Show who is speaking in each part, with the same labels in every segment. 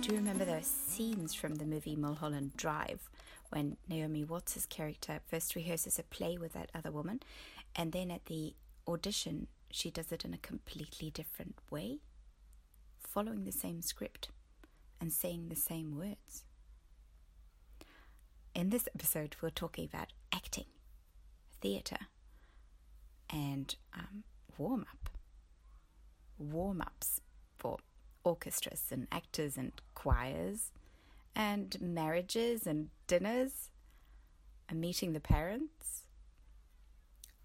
Speaker 1: do remember those scenes from the movie Mulholland Drive when Naomi Watts' character first rehearses a play with that other woman, and then at the audition, she does it in a completely different way, following the same script and saying the same words. In this episode, we're talking about acting, theatre, and um, warm up. Warm ups for orchestras and actors and choirs and marriages and dinners and meeting the parents.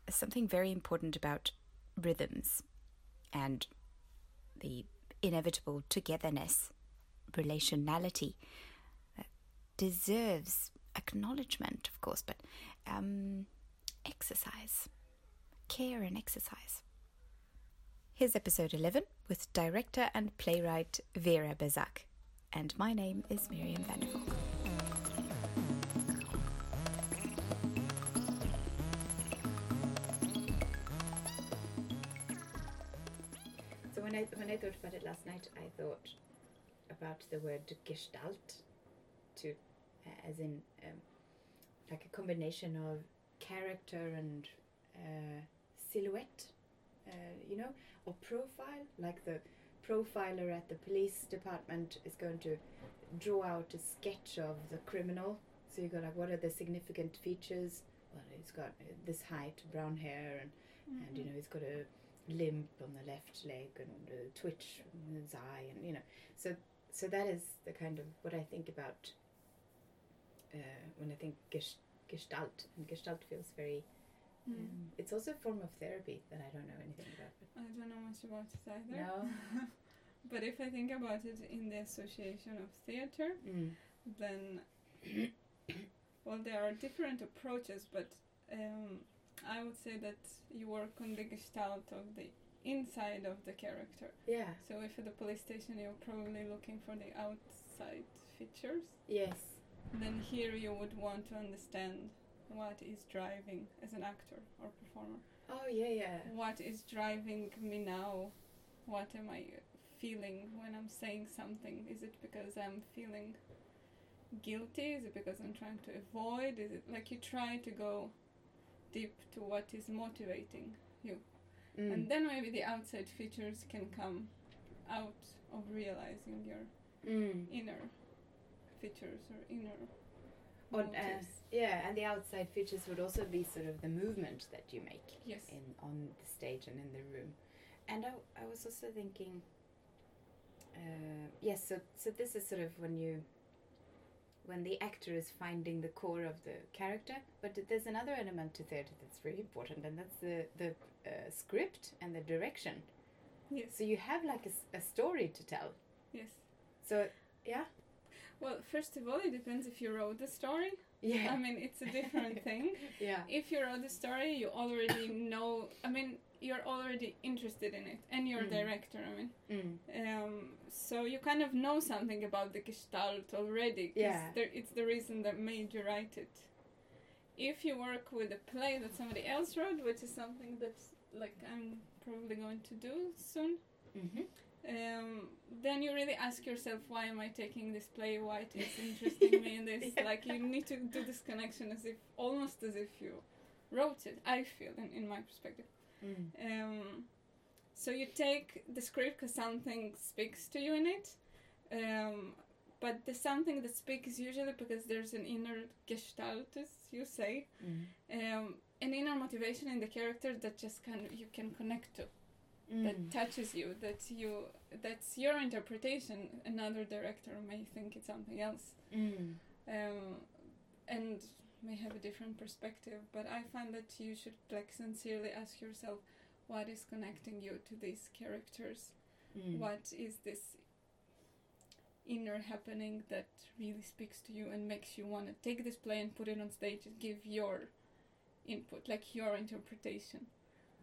Speaker 1: Something very important about rhythms and the inevitable togetherness, relationality that deserves acknowledgement, of course, but um, exercise, care, and exercise. Here's episode 11 with director and playwright Vera Bezak. And my name is Miriam Vandervoort. So when I when I thought about it last night, I thought about the word Gestalt, to as in um, like a combination of character and uh, silhouette. Uh, you know, or profile, like the profiler at the police department is going to draw out a sketch of the criminal. So you go like, what are the significant features? Well, he's got uh, this height, brown hair, and and
Speaker 2: Mm-hmm.
Speaker 1: you know he's got a limp on the left leg and a twitch in his eye, and you know, so so that is the kind of what I think about uh, when I think ges- gestalt, and gestalt feels very.
Speaker 2: Mm.
Speaker 1: Um, it's also a form of therapy that I don't know anything about. But
Speaker 2: I don't know much about it either.
Speaker 1: no.
Speaker 2: But if I think about it in the association of theater,
Speaker 1: Mm.
Speaker 2: then well, there are different approaches, but um, I would say that you work on the gestalt of the inside of the character.
Speaker 1: Yeah.
Speaker 2: So if at the police station you're probably looking for the outside features,
Speaker 1: Yes.
Speaker 2: then here you would want to understand what is driving as an actor or performer.
Speaker 1: Oh yeah, yeah.
Speaker 2: what is driving me now what am i feeling when i'm saying something is it because i'm feeling guilty is it because i'm trying to avoid is it like you try to go deep to what is motivating
Speaker 1: Mm.
Speaker 2: and then maybe the outside features can come out of realizing your
Speaker 1: mm.
Speaker 2: inner features or inner
Speaker 1: On, uh,
Speaker 2: motives.
Speaker 1: yeah, and the outside features would also be sort of the movement that you make
Speaker 2: yes
Speaker 1: in on the stage and in the room. And I, I was also thinking, uh, yes. So so this is sort of when you, when the actor is finding the core of the character. But there's another element to theatre that's very important, and that's the the uh, script and the direction.
Speaker 2: yes
Speaker 1: So you have like a, s- a story to tell.
Speaker 2: yes
Speaker 1: So yeah,
Speaker 2: well first of all it depends if you wrote the story i
Speaker 1: yeah,
Speaker 2: mean it's a different thing
Speaker 1: yeah.
Speaker 2: if you're on the story you already know i mean you're already interested in it and you're a
Speaker 1: Mm.
Speaker 2: director i mean
Speaker 1: Mm.
Speaker 2: um, so you kind of know something about the gestalt already 'cause
Speaker 1: Yeah.
Speaker 2: there, it's the reason that made you write it if you work with a play that somebody else wrote which is something that's like i'm probably going to do soon
Speaker 1: Mm-hmm.
Speaker 2: um, then you really ask yourself why am i taking this play why it is interesting me in this
Speaker 1: Yeah.
Speaker 2: like you need to do this connection as if almost as if you wrote it i feel in, in my perspective
Speaker 1: Mm.
Speaker 2: um, so you take the script because something speaks to you in it um, but the something that speaks is usually because there's an inner gestalt as you say
Speaker 1: Mm.
Speaker 2: um, an inner motivation in the character that just can you can connect to
Speaker 1: Mm-hmm. Mm.
Speaker 2: that touches you that you that's your interpretation another director may think it's something else
Speaker 1: Mm.
Speaker 2: um, and may have a different perspective but i find that you should like sincerely ask yourself what is connecting you to these characters
Speaker 1: Mm.
Speaker 2: what is this inner happening that really speaks to you and makes you want to take this play and put it on stage and give your input like your interpretation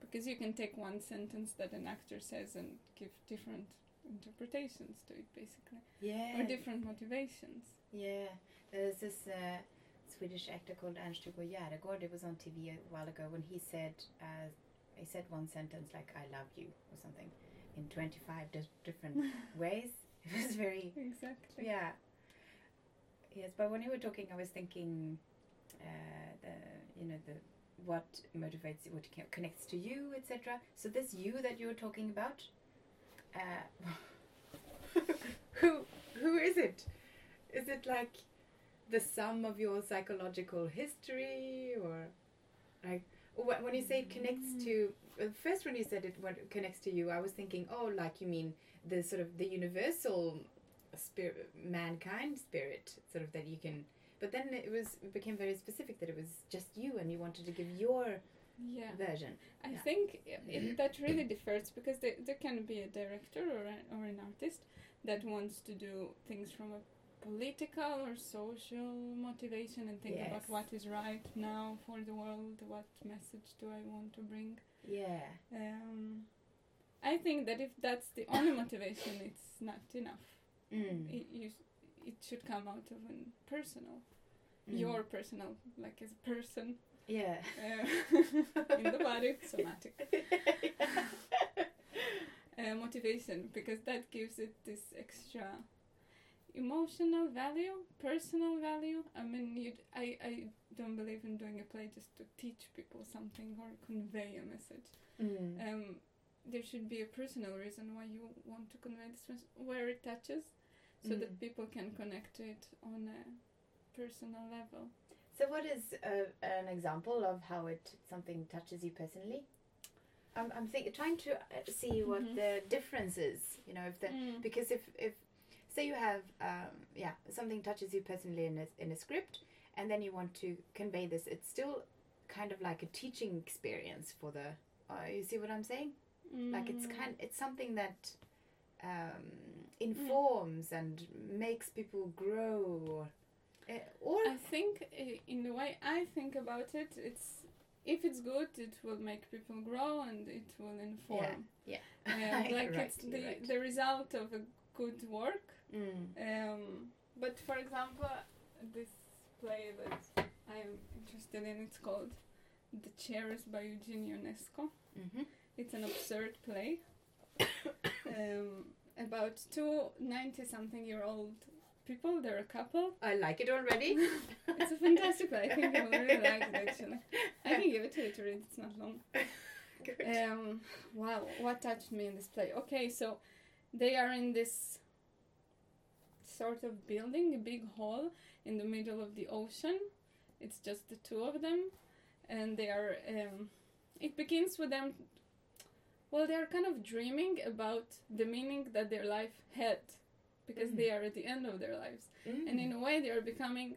Speaker 2: because you can take one sentence that an actor says and give different interpretations to it basically
Speaker 1: Yeah.
Speaker 2: or different motivations
Speaker 1: Yeah. There's this uh, Swedish actor called Ernst Hugo Järegård. It was on TV a while ago when he said uh, he said one sentence like "I love you" or something in 25 di- different ways. It was very
Speaker 2: Exactly.
Speaker 1: yeah. Yes, but when you were talking, I was thinking, uh, the you know the what motivates you, what ca- connects to you, etc. So this you that you were talking about, uh, who who is it? Is it like the sum of your psychological history, or like or wh- when you say it connects to? uh, First, when you said it what connects to you, I was thinking, oh, like you mean the sort of the universal spirit, mankind spirit, sort of that you can. But then it was it became very specific that it was just you, and you wanted to give your
Speaker 2: Yeah.
Speaker 1: version.
Speaker 2: I
Speaker 1: Yeah.
Speaker 2: think i- it, that really differs because there, there can be a director or, a, or an artist that wants to do things from a political or social motivation and think
Speaker 1: Yes.
Speaker 2: about what is right now for the world, what message do I want to bring.
Speaker 1: Yeah.
Speaker 2: Um, I think that if that's the only motivation, it's not enough.
Speaker 1: Mm.
Speaker 2: It, you, s- it should come out of an personal,
Speaker 1: Mm.
Speaker 2: your personal, like as a person
Speaker 1: Yeah.
Speaker 2: uh, in the body, somatic. uh, motivation because that gives it this extra emotional value, personal value. I mean, you I, I don't believe in doing a play just to teach people something or convey a message.
Speaker 1: Mm.
Speaker 2: Um, there should be a personal reason why you want to convey this message, where it touches, so
Speaker 1: Mm.
Speaker 2: that people can connect to it on a personal level.
Speaker 1: So, what is uh, an example of how it something touches you personally? I'm I'm think, trying to uh, see what
Speaker 2: Mhm.
Speaker 1: the difference is. You know, if the
Speaker 2: Mm.
Speaker 1: because if if say you have um, yeah something touches you personally in a, in a script and then you want to convey this it's still kind of like a teaching experience for the uh, you see what i'm saying like it's
Speaker 2: Mm-hmm.
Speaker 1: kind it's something that um, informs and makes people grow or eh, or
Speaker 2: I think uh, in the way I think about it, it's if it's good, it will make people grow and it will inform.
Speaker 1: yeah.
Speaker 2: Uh,
Speaker 1: You're
Speaker 2: like
Speaker 1: right,
Speaker 2: it's
Speaker 1: you're
Speaker 2: the
Speaker 1: right.
Speaker 2: the result of a good work.
Speaker 1: Mm.
Speaker 2: Um, but for example, this play that I'm interested in, it's called The Chairs by Eugene Ionesco.
Speaker 1: Mhm.
Speaker 2: It's an absurd play um, about two 90 something year old people. They're a couple.
Speaker 1: i like it already
Speaker 2: It's a fantastic play. I think you will really like it actually. I can give it to you to read. It's not long.
Speaker 1: Good.
Speaker 2: Um, wow, what touched me in this play? Okay, so they are in this sort of building, a big hall in the middle of the ocean. It's just the two of them, and they are. Um, it begins with them. Well, they are kind of dreaming about the meaning that their life had, because
Speaker 1: Mm.
Speaker 2: they are at the end of their lives
Speaker 1: Mm.
Speaker 2: and in a way they are becoming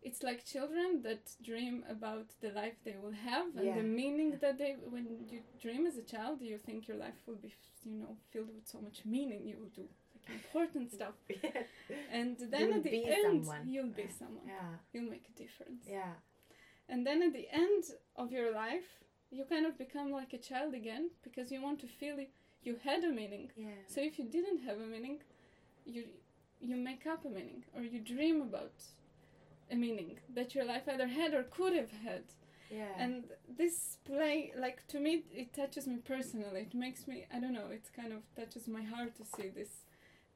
Speaker 2: it's like children that dream about the life they will have and
Speaker 1: Yeah.
Speaker 2: the meaning that they when you dream as a child you think your life will be you know filled with so much meaning you will do like important stuff
Speaker 1: yeah
Speaker 2: and then
Speaker 1: will
Speaker 2: at the
Speaker 1: be
Speaker 2: end
Speaker 1: someone.
Speaker 2: you'll be
Speaker 1: Yeah.
Speaker 2: someone
Speaker 1: yeah
Speaker 2: you'll make a difference
Speaker 1: yeah
Speaker 2: and then at the end of your life you kind of become like a child again because you want to feel you had a meaning
Speaker 1: yeah
Speaker 2: so if you didn't have a meaning, you you make up a meaning or you dream about a meaning that your life either had or could have had.
Speaker 1: yeah
Speaker 2: And this play, like to me, it touches me personally. It makes me I don't know. It kind of touches my heart to see this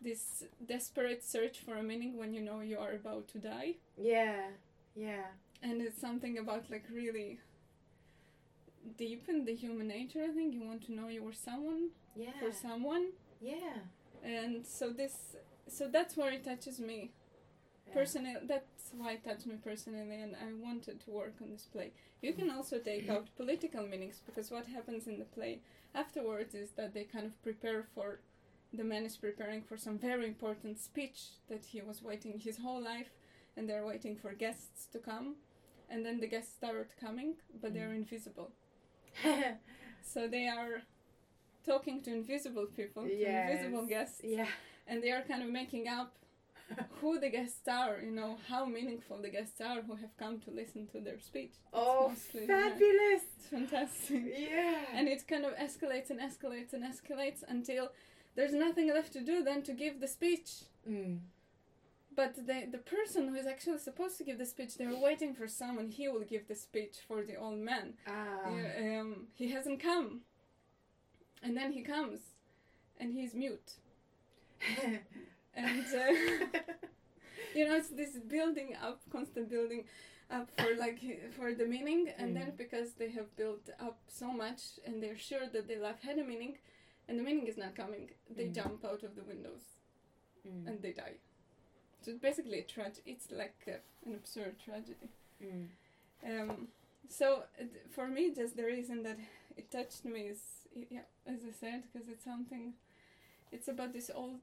Speaker 2: this desperate search for a meaning when you know you are about to die.
Speaker 1: yeah yeah
Speaker 2: And it's something about like really deep in the human nature. I think you want to know you were someone
Speaker 1: yeah
Speaker 2: for someone.
Speaker 1: yeah
Speaker 2: and so this so that's where it touches me
Speaker 1: Yeah.
Speaker 2: personally that's why it touched me personally and i wanted to work on this play you can also take out political meanings because what happens in the play afterwards is that they kind of prepare for the man is preparing for some very important speech that he was waiting his whole life and they're waiting for guests to come and then the guests start coming but
Speaker 1: Mm.
Speaker 2: they're invisible so they are talking to invisible people to invisible
Speaker 1: Yes.
Speaker 2: guests
Speaker 1: yeah
Speaker 2: and they are kind of making up who the guests are, you know, how meaningful the guests are who have come to listen to their speech. It's
Speaker 1: Oh,
Speaker 2: mostly that.
Speaker 1: fabulous!
Speaker 2: It's fantastic.
Speaker 1: Yeah.
Speaker 2: And it kind of escalates and escalates and escalates until there's nothing left to do than to give the speech.
Speaker 1: mm.
Speaker 2: But the, the person who is actually supposed to give the speech, they're waiting for someone. He will give the speech for the old man.
Speaker 1: ah,
Speaker 2: Yeah, um, he hasn't come. And then he comes, and he's mute. and uh, you know it's this building up constant building up for like for the meaning and then
Speaker 1: Mm.
Speaker 2: because they have built up so much and they're sure that their life had a meaning and the meaning is not coming they
Speaker 1: Mm.
Speaker 2: jump out of the windows
Speaker 1: Mm.
Speaker 2: and they die so it's basically a tragedy it's like uh, an absurd tragedy
Speaker 1: Mm.
Speaker 2: um, so uh, th- for me, just the reason that it touched me is, y- yeah, as I said, because it's something. It's about these old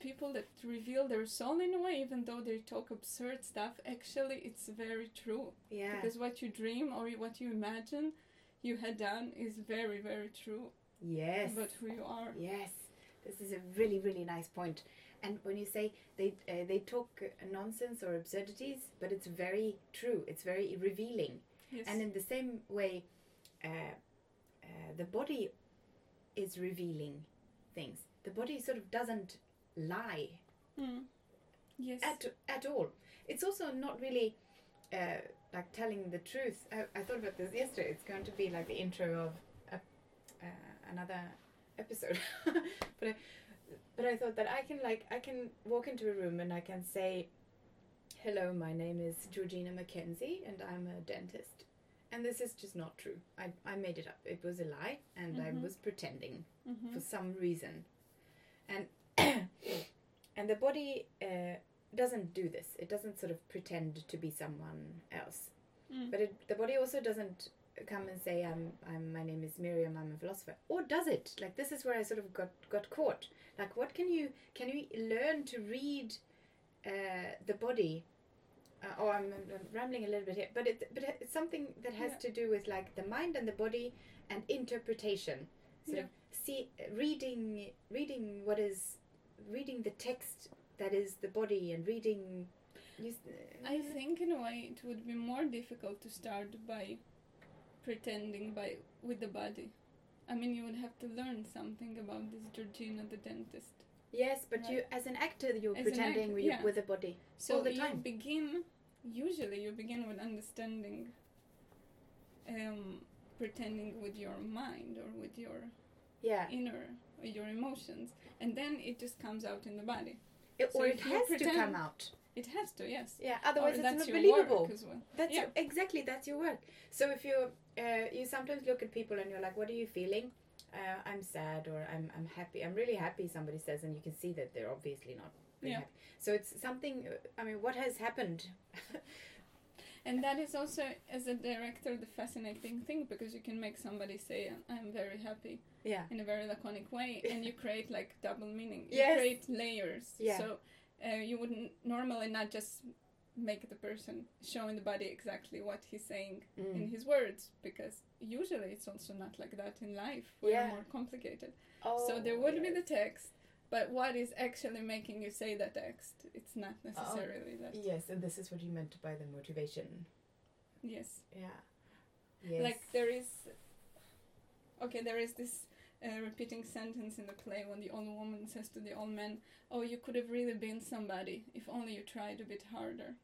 Speaker 2: people that reveal their soul in a way, even though they talk absurd stuff. Actually, it's very true
Speaker 1: Yeah.
Speaker 2: because what you dream or what you imagine you had done is very, very true
Speaker 1: yes.
Speaker 2: about who you are.
Speaker 1: Yes, this is a really, really nice point. And when you say they uh, they talk uh, nonsense or absurdities, but it's very true. It's very revealing.
Speaker 2: Yes.
Speaker 1: And in the same way, uh, uh, the body is revealing things. The body sort of doesn't lie
Speaker 2: Mm. Yes.
Speaker 1: at at all. It's also not really uh, like telling the truth. I, I thought about this yesterday. It's going to be like the intro of a, uh, another episode, but I, but I thought that I can like I can walk into a room and I can say, "Hello, my name is Georgina McKenzie and I'm a dentist." And this is just not true. I, I made it up. It was a lie, and
Speaker 2: Mhm.
Speaker 1: I was pretending
Speaker 2: Mhm.
Speaker 1: for some reason and and the body uh, doesn't do this it doesn't sort of pretend to be someone else
Speaker 2: Mm.
Speaker 1: but it, the body also doesn't come and say I'm, I'm my name is miriam i'm a philosopher or does it like this is where i sort of got got caught like what can you can you learn to read uh, the body uh, oh I'm, I'm rambling a little bit here but it but it's something that has
Speaker 2: Yeah.
Speaker 1: to do with like the mind and the body and interpretation sort of see reading reading what is reading the text that is the body and reading you, s- uh,
Speaker 2: I think in a way it would be more difficult to start by pretending by with the body. I mean, you would have to learn something about this Georgina the dentist.
Speaker 1: yes but you as an actor you're
Speaker 2: As an
Speaker 1: pretending
Speaker 2: actor,
Speaker 1: with,
Speaker 2: yeah.
Speaker 1: with a body
Speaker 2: So
Speaker 1: All the
Speaker 2: you
Speaker 1: time.
Speaker 2: begin. Usually, you begin with understanding. Um, pretending with your mind or with your
Speaker 1: yeah
Speaker 2: inner or your emotions, and then it just comes out in the body.
Speaker 1: It-
Speaker 2: So
Speaker 1: or it
Speaker 2: if you
Speaker 1: has to
Speaker 2: pretend-
Speaker 1: come out
Speaker 2: It has to, yes.
Speaker 1: yeah
Speaker 2: Or
Speaker 1: otherwise it's
Speaker 2: that's
Speaker 1: not
Speaker 2: your
Speaker 1: believable
Speaker 2: work as well.
Speaker 1: That's
Speaker 2: Yeah.
Speaker 1: your- exactly that's your work. So if you uh, you sometimes look at people and you're like, "What are you feeling?" Uh, I'm sad or I'm I'm happy. I'm really happy. Somebody says, and you can see that they're obviously not. Really
Speaker 2: Yeah.
Speaker 1: happy. So it's something. I mean, what has happened?
Speaker 2: And that is also, as a director, the fascinating thing because you can make somebody say, I'm very happy
Speaker 1: yeah.
Speaker 2: in a very laconic way, and you create like double meaning. You
Speaker 1: Yes.
Speaker 2: create layers.
Speaker 1: Yeah.
Speaker 2: So uh, you wouldn't normally not just make the person show in the body exactly what he's saying
Speaker 1: Mm.
Speaker 2: in his words because usually it's also not like that in life. We're
Speaker 1: Yeah.
Speaker 2: more complicated.
Speaker 1: Oh,
Speaker 2: so there would be
Speaker 1: yes.
Speaker 2: the text. But what is actually making you say that text? It's not necessarily that.
Speaker 1: Yes, and this is what you meant by the motivation.
Speaker 2: Yes.
Speaker 1: Yeah. Yes.
Speaker 2: Like there is, okay, there is this uh, repeating sentence in the play when the old woman says to the old man, "Oh, you could have really been somebody if only you tried a bit harder."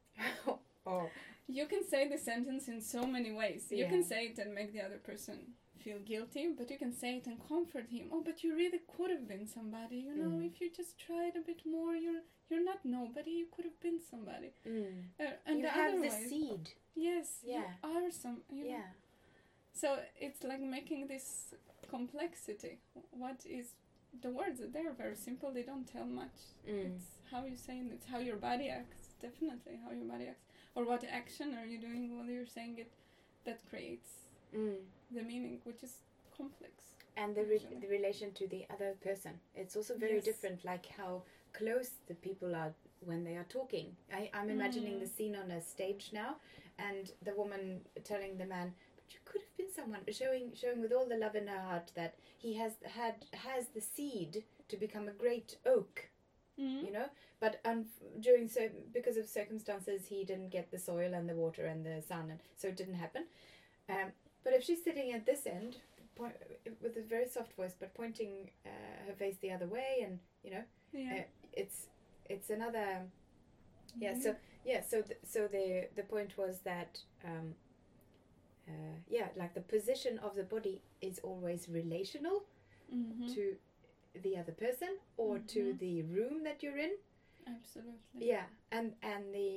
Speaker 1: oh.
Speaker 2: You can say the sentence in so many ways. You
Speaker 1: Yeah.
Speaker 2: can say it and make the other person feel guilty, but you can say it and comfort him. Oh, but you really could have been somebody. You know,
Speaker 1: Mm.
Speaker 2: if you just tried a bit more, you're you're not nobody. You could have been somebody.
Speaker 1: Mm.
Speaker 2: Uh, and
Speaker 1: you
Speaker 2: the
Speaker 1: have
Speaker 2: other
Speaker 1: the
Speaker 2: way,
Speaker 1: seed.
Speaker 2: yes,
Speaker 1: Yeah.
Speaker 2: you are some. You
Speaker 1: Yeah.
Speaker 2: so it's like making this complexity. What is the words are there very simple, they don't tell much.
Speaker 1: Mm.
Speaker 2: It's how you say it, it's how your body acts, definitely how your body acts. Or what action are you doing while you're saying it that creates
Speaker 1: Mm.
Speaker 2: the meaning, which is complex.
Speaker 1: and the, re-
Speaker 2: Usually.
Speaker 1: the relation to the other person it's also very
Speaker 2: Yes.
Speaker 1: different like how close the people are when they are talking I, i'm imagining
Speaker 2: Mm.
Speaker 1: the scene on a stage now and the woman telling the man but you could have been someone showing showing with all the love in her heart that he has had has the seed to become a great oak
Speaker 2: Mm.
Speaker 1: you know but um, during so because of circumstances he didn't get the soil and the water and the sun and so it didn't happen um, but if she's sitting at this end point, with a very soft voice but pointing uh, her face the other way and you know
Speaker 2: Yeah.
Speaker 1: it's it's another eh, yeah so yeah so th- so the the point was that um, uh, yeah like the position of the body is always relational
Speaker 2: Mhm.
Speaker 1: to the other person or to
Speaker 2: Mhm.
Speaker 1: the room that you're in
Speaker 2: Absolutely.
Speaker 1: yeah and and the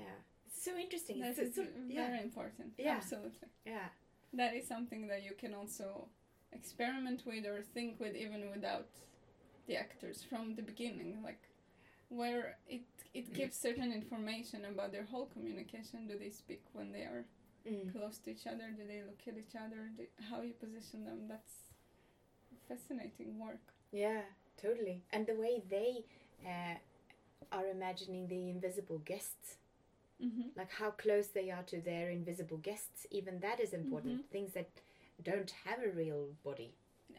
Speaker 1: yeah it's so interesting
Speaker 2: That
Speaker 1: it's,
Speaker 2: is
Speaker 1: it's so,
Speaker 2: v-
Speaker 1: yeah
Speaker 2: very important.
Speaker 1: Yeah.
Speaker 2: Absolutely.
Speaker 1: yeah
Speaker 2: That is something that you can also experiment with or think with even without the actors from the beginning. Like where it
Speaker 1: Mm.
Speaker 2: it gives certain information about their whole communication. Do they speak when they are
Speaker 1: Mm.
Speaker 2: close to each other? Do they look at each other? Do, how you position them? That's fascinating work.
Speaker 1: yeah totally and the way they uh, are imagining the invisible guests
Speaker 2: Mm-hmm.
Speaker 1: like how close they are to their invisible guests even that is important
Speaker 2: Mm-hmm.
Speaker 1: things that don't have a real body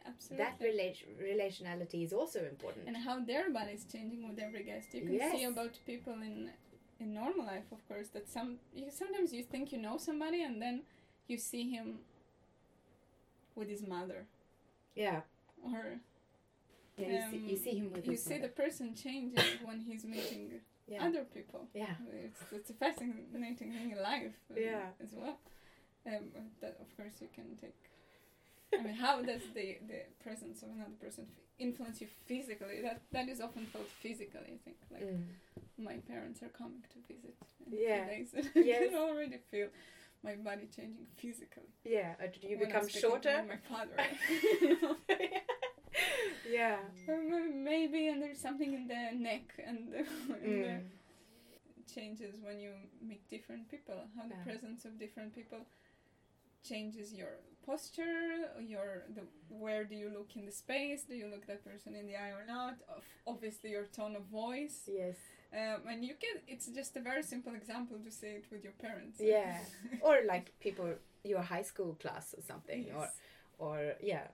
Speaker 2: Absolutely.
Speaker 1: that rela- relationality is also important
Speaker 2: and how their body's changing with every guest. You can see
Speaker 1: Yes.
Speaker 2: about people in in normal life, of course, that some you, sometimes you think you know somebody, and then you see him with his mother,
Speaker 1: yeah,
Speaker 2: or
Speaker 1: yeah you, see, you
Speaker 2: Um,
Speaker 1: see him with
Speaker 2: you
Speaker 1: his
Speaker 2: see the
Speaker 1: mother.
Speaker 2: person changes when he's meeting
Speaker 1: yeah
Speaker 2: other people.
Speaker 1: yeah
Speaker 2: It's it's a fascinating thing in life, uh,
Speaker 1: Yeah.
Speaker 2: as well. Um, that of course you can take. I mean, how does the, the presence of another person f- influence you physically? That that is often felt physically. I think like
Speaker 1: Mm.
Speaker 2: my parents are coming to visit in
Speaker 1: Yeah.
Speaker 2: a few days. and I
Speaker 1: Yes.
Speaker 2: can already feel my body changing physically.
Speaker 1: yeah or do you
Speaker 2: when I'm
Speaker 1: become
Speaker 2: speaking to
Speaker 1: shorter
Speaker 2: My father.
Speaker 1: yeah
Speaker 2: Um, Maybe, and there's something in the neck and the, in the
Speaker 1: Mm.
Speaker 2: changes when you meet different people. How the
Speaker 1: Yeah.
Speaker 2: presence of different people changes your posture, your the where do you look in the space? Do you look that person in the eye or not? Of, obviously, your tone of voice.
Speaker 1: yes
Speaker 2: Um, and you can, it's just a very simple example to say it with your parents.
Speaker 1: Yeah. or like people your high school class or something or
Speaker 2: Yes.
Speaker 1: or yeah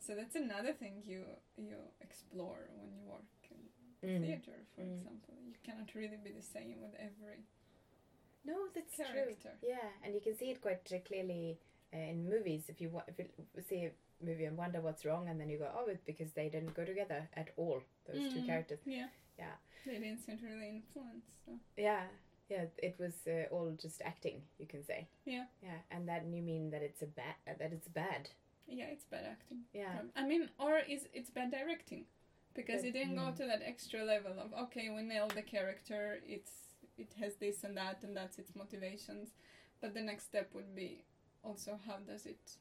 Speaker 2: So that's another thing you you explore when you work in
Speaker 1: Mm.
Speaker 2: theater, for
Speaker 1: Mm.
Speaker 2: example. You cannot really be the same with every
Speaker 1: no that's true
Speaker 2: character.
Speaker 1: yeah and you can see it quite uh, clearly uh, in movies if you, wa- if you see a movie and wonder what's wrong and then you go oh it's because they didn't go together at all those two
Speaker 2: Mm.
Speaker 1: characters
Speaker 2: Yeah.
Speaker 1: Yeah.
Speaker 2: They didn't seem to really influence. So.
Speaker 1: yeah yeah it was uh, all just acting you can say
Speaker 2: Yeah.
Speaker 1: yeah and that you mean that it's a bad uh, that it's bad
Speaker 2: Yeah, it's bad acting.
Speaker 1: yeah
Speaker 2: prob- I mean, or is it's bad directing, because
Speaker 1: But-
Speaker 2: it didn't go
Speaker 1: mm.
Speaker 2: to that extra level of okay, we nailed the character. It's it has this and that, and that's its motivations. But the next step would be also how does it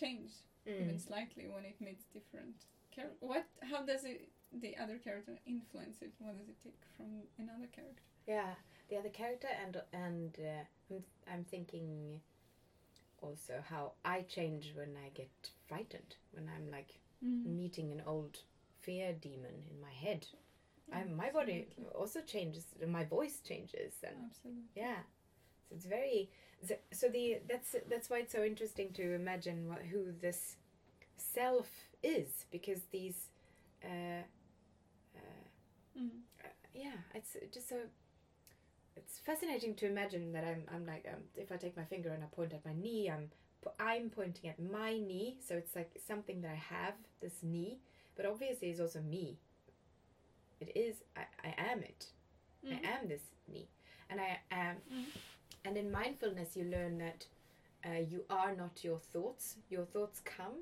Speaker 2: change even
Speaker 1: Mm.
Speaker 2: slightly when it meets different char- What how does it the other character influence it? What does it take from another character?
Speaker 1: yeah the other character and and uh, I'm, I'm thinking also how i change when i get frightened when i'm like meeting an old fear demon in my head I, my body
Speaker 2: Absolutely.
Speaker 1: also changes my voice changes and
Speaker 2: Absolutely.
Speaker 1: yeah so it's very so- so the that's that's why it's so interesting to imagine what, who this self is because these uh, uh,
Speaker 2: Mm.
Speaker 1: yeah it's just so it's fascinating to imagine that i'm i'm like um, if i take my finger and i point at my knee i'm po- i'm pointing at my knee so it's like something that i have this knee but obviously it's also me it is i, I am it
Speaker 2: Mhm.
Speaker 1: I am this me, and I am.
Speaker 2: Mm.
Speaker 1: And in mindfulness, you learn that uh, you are not your thoughts. Your thoughts come,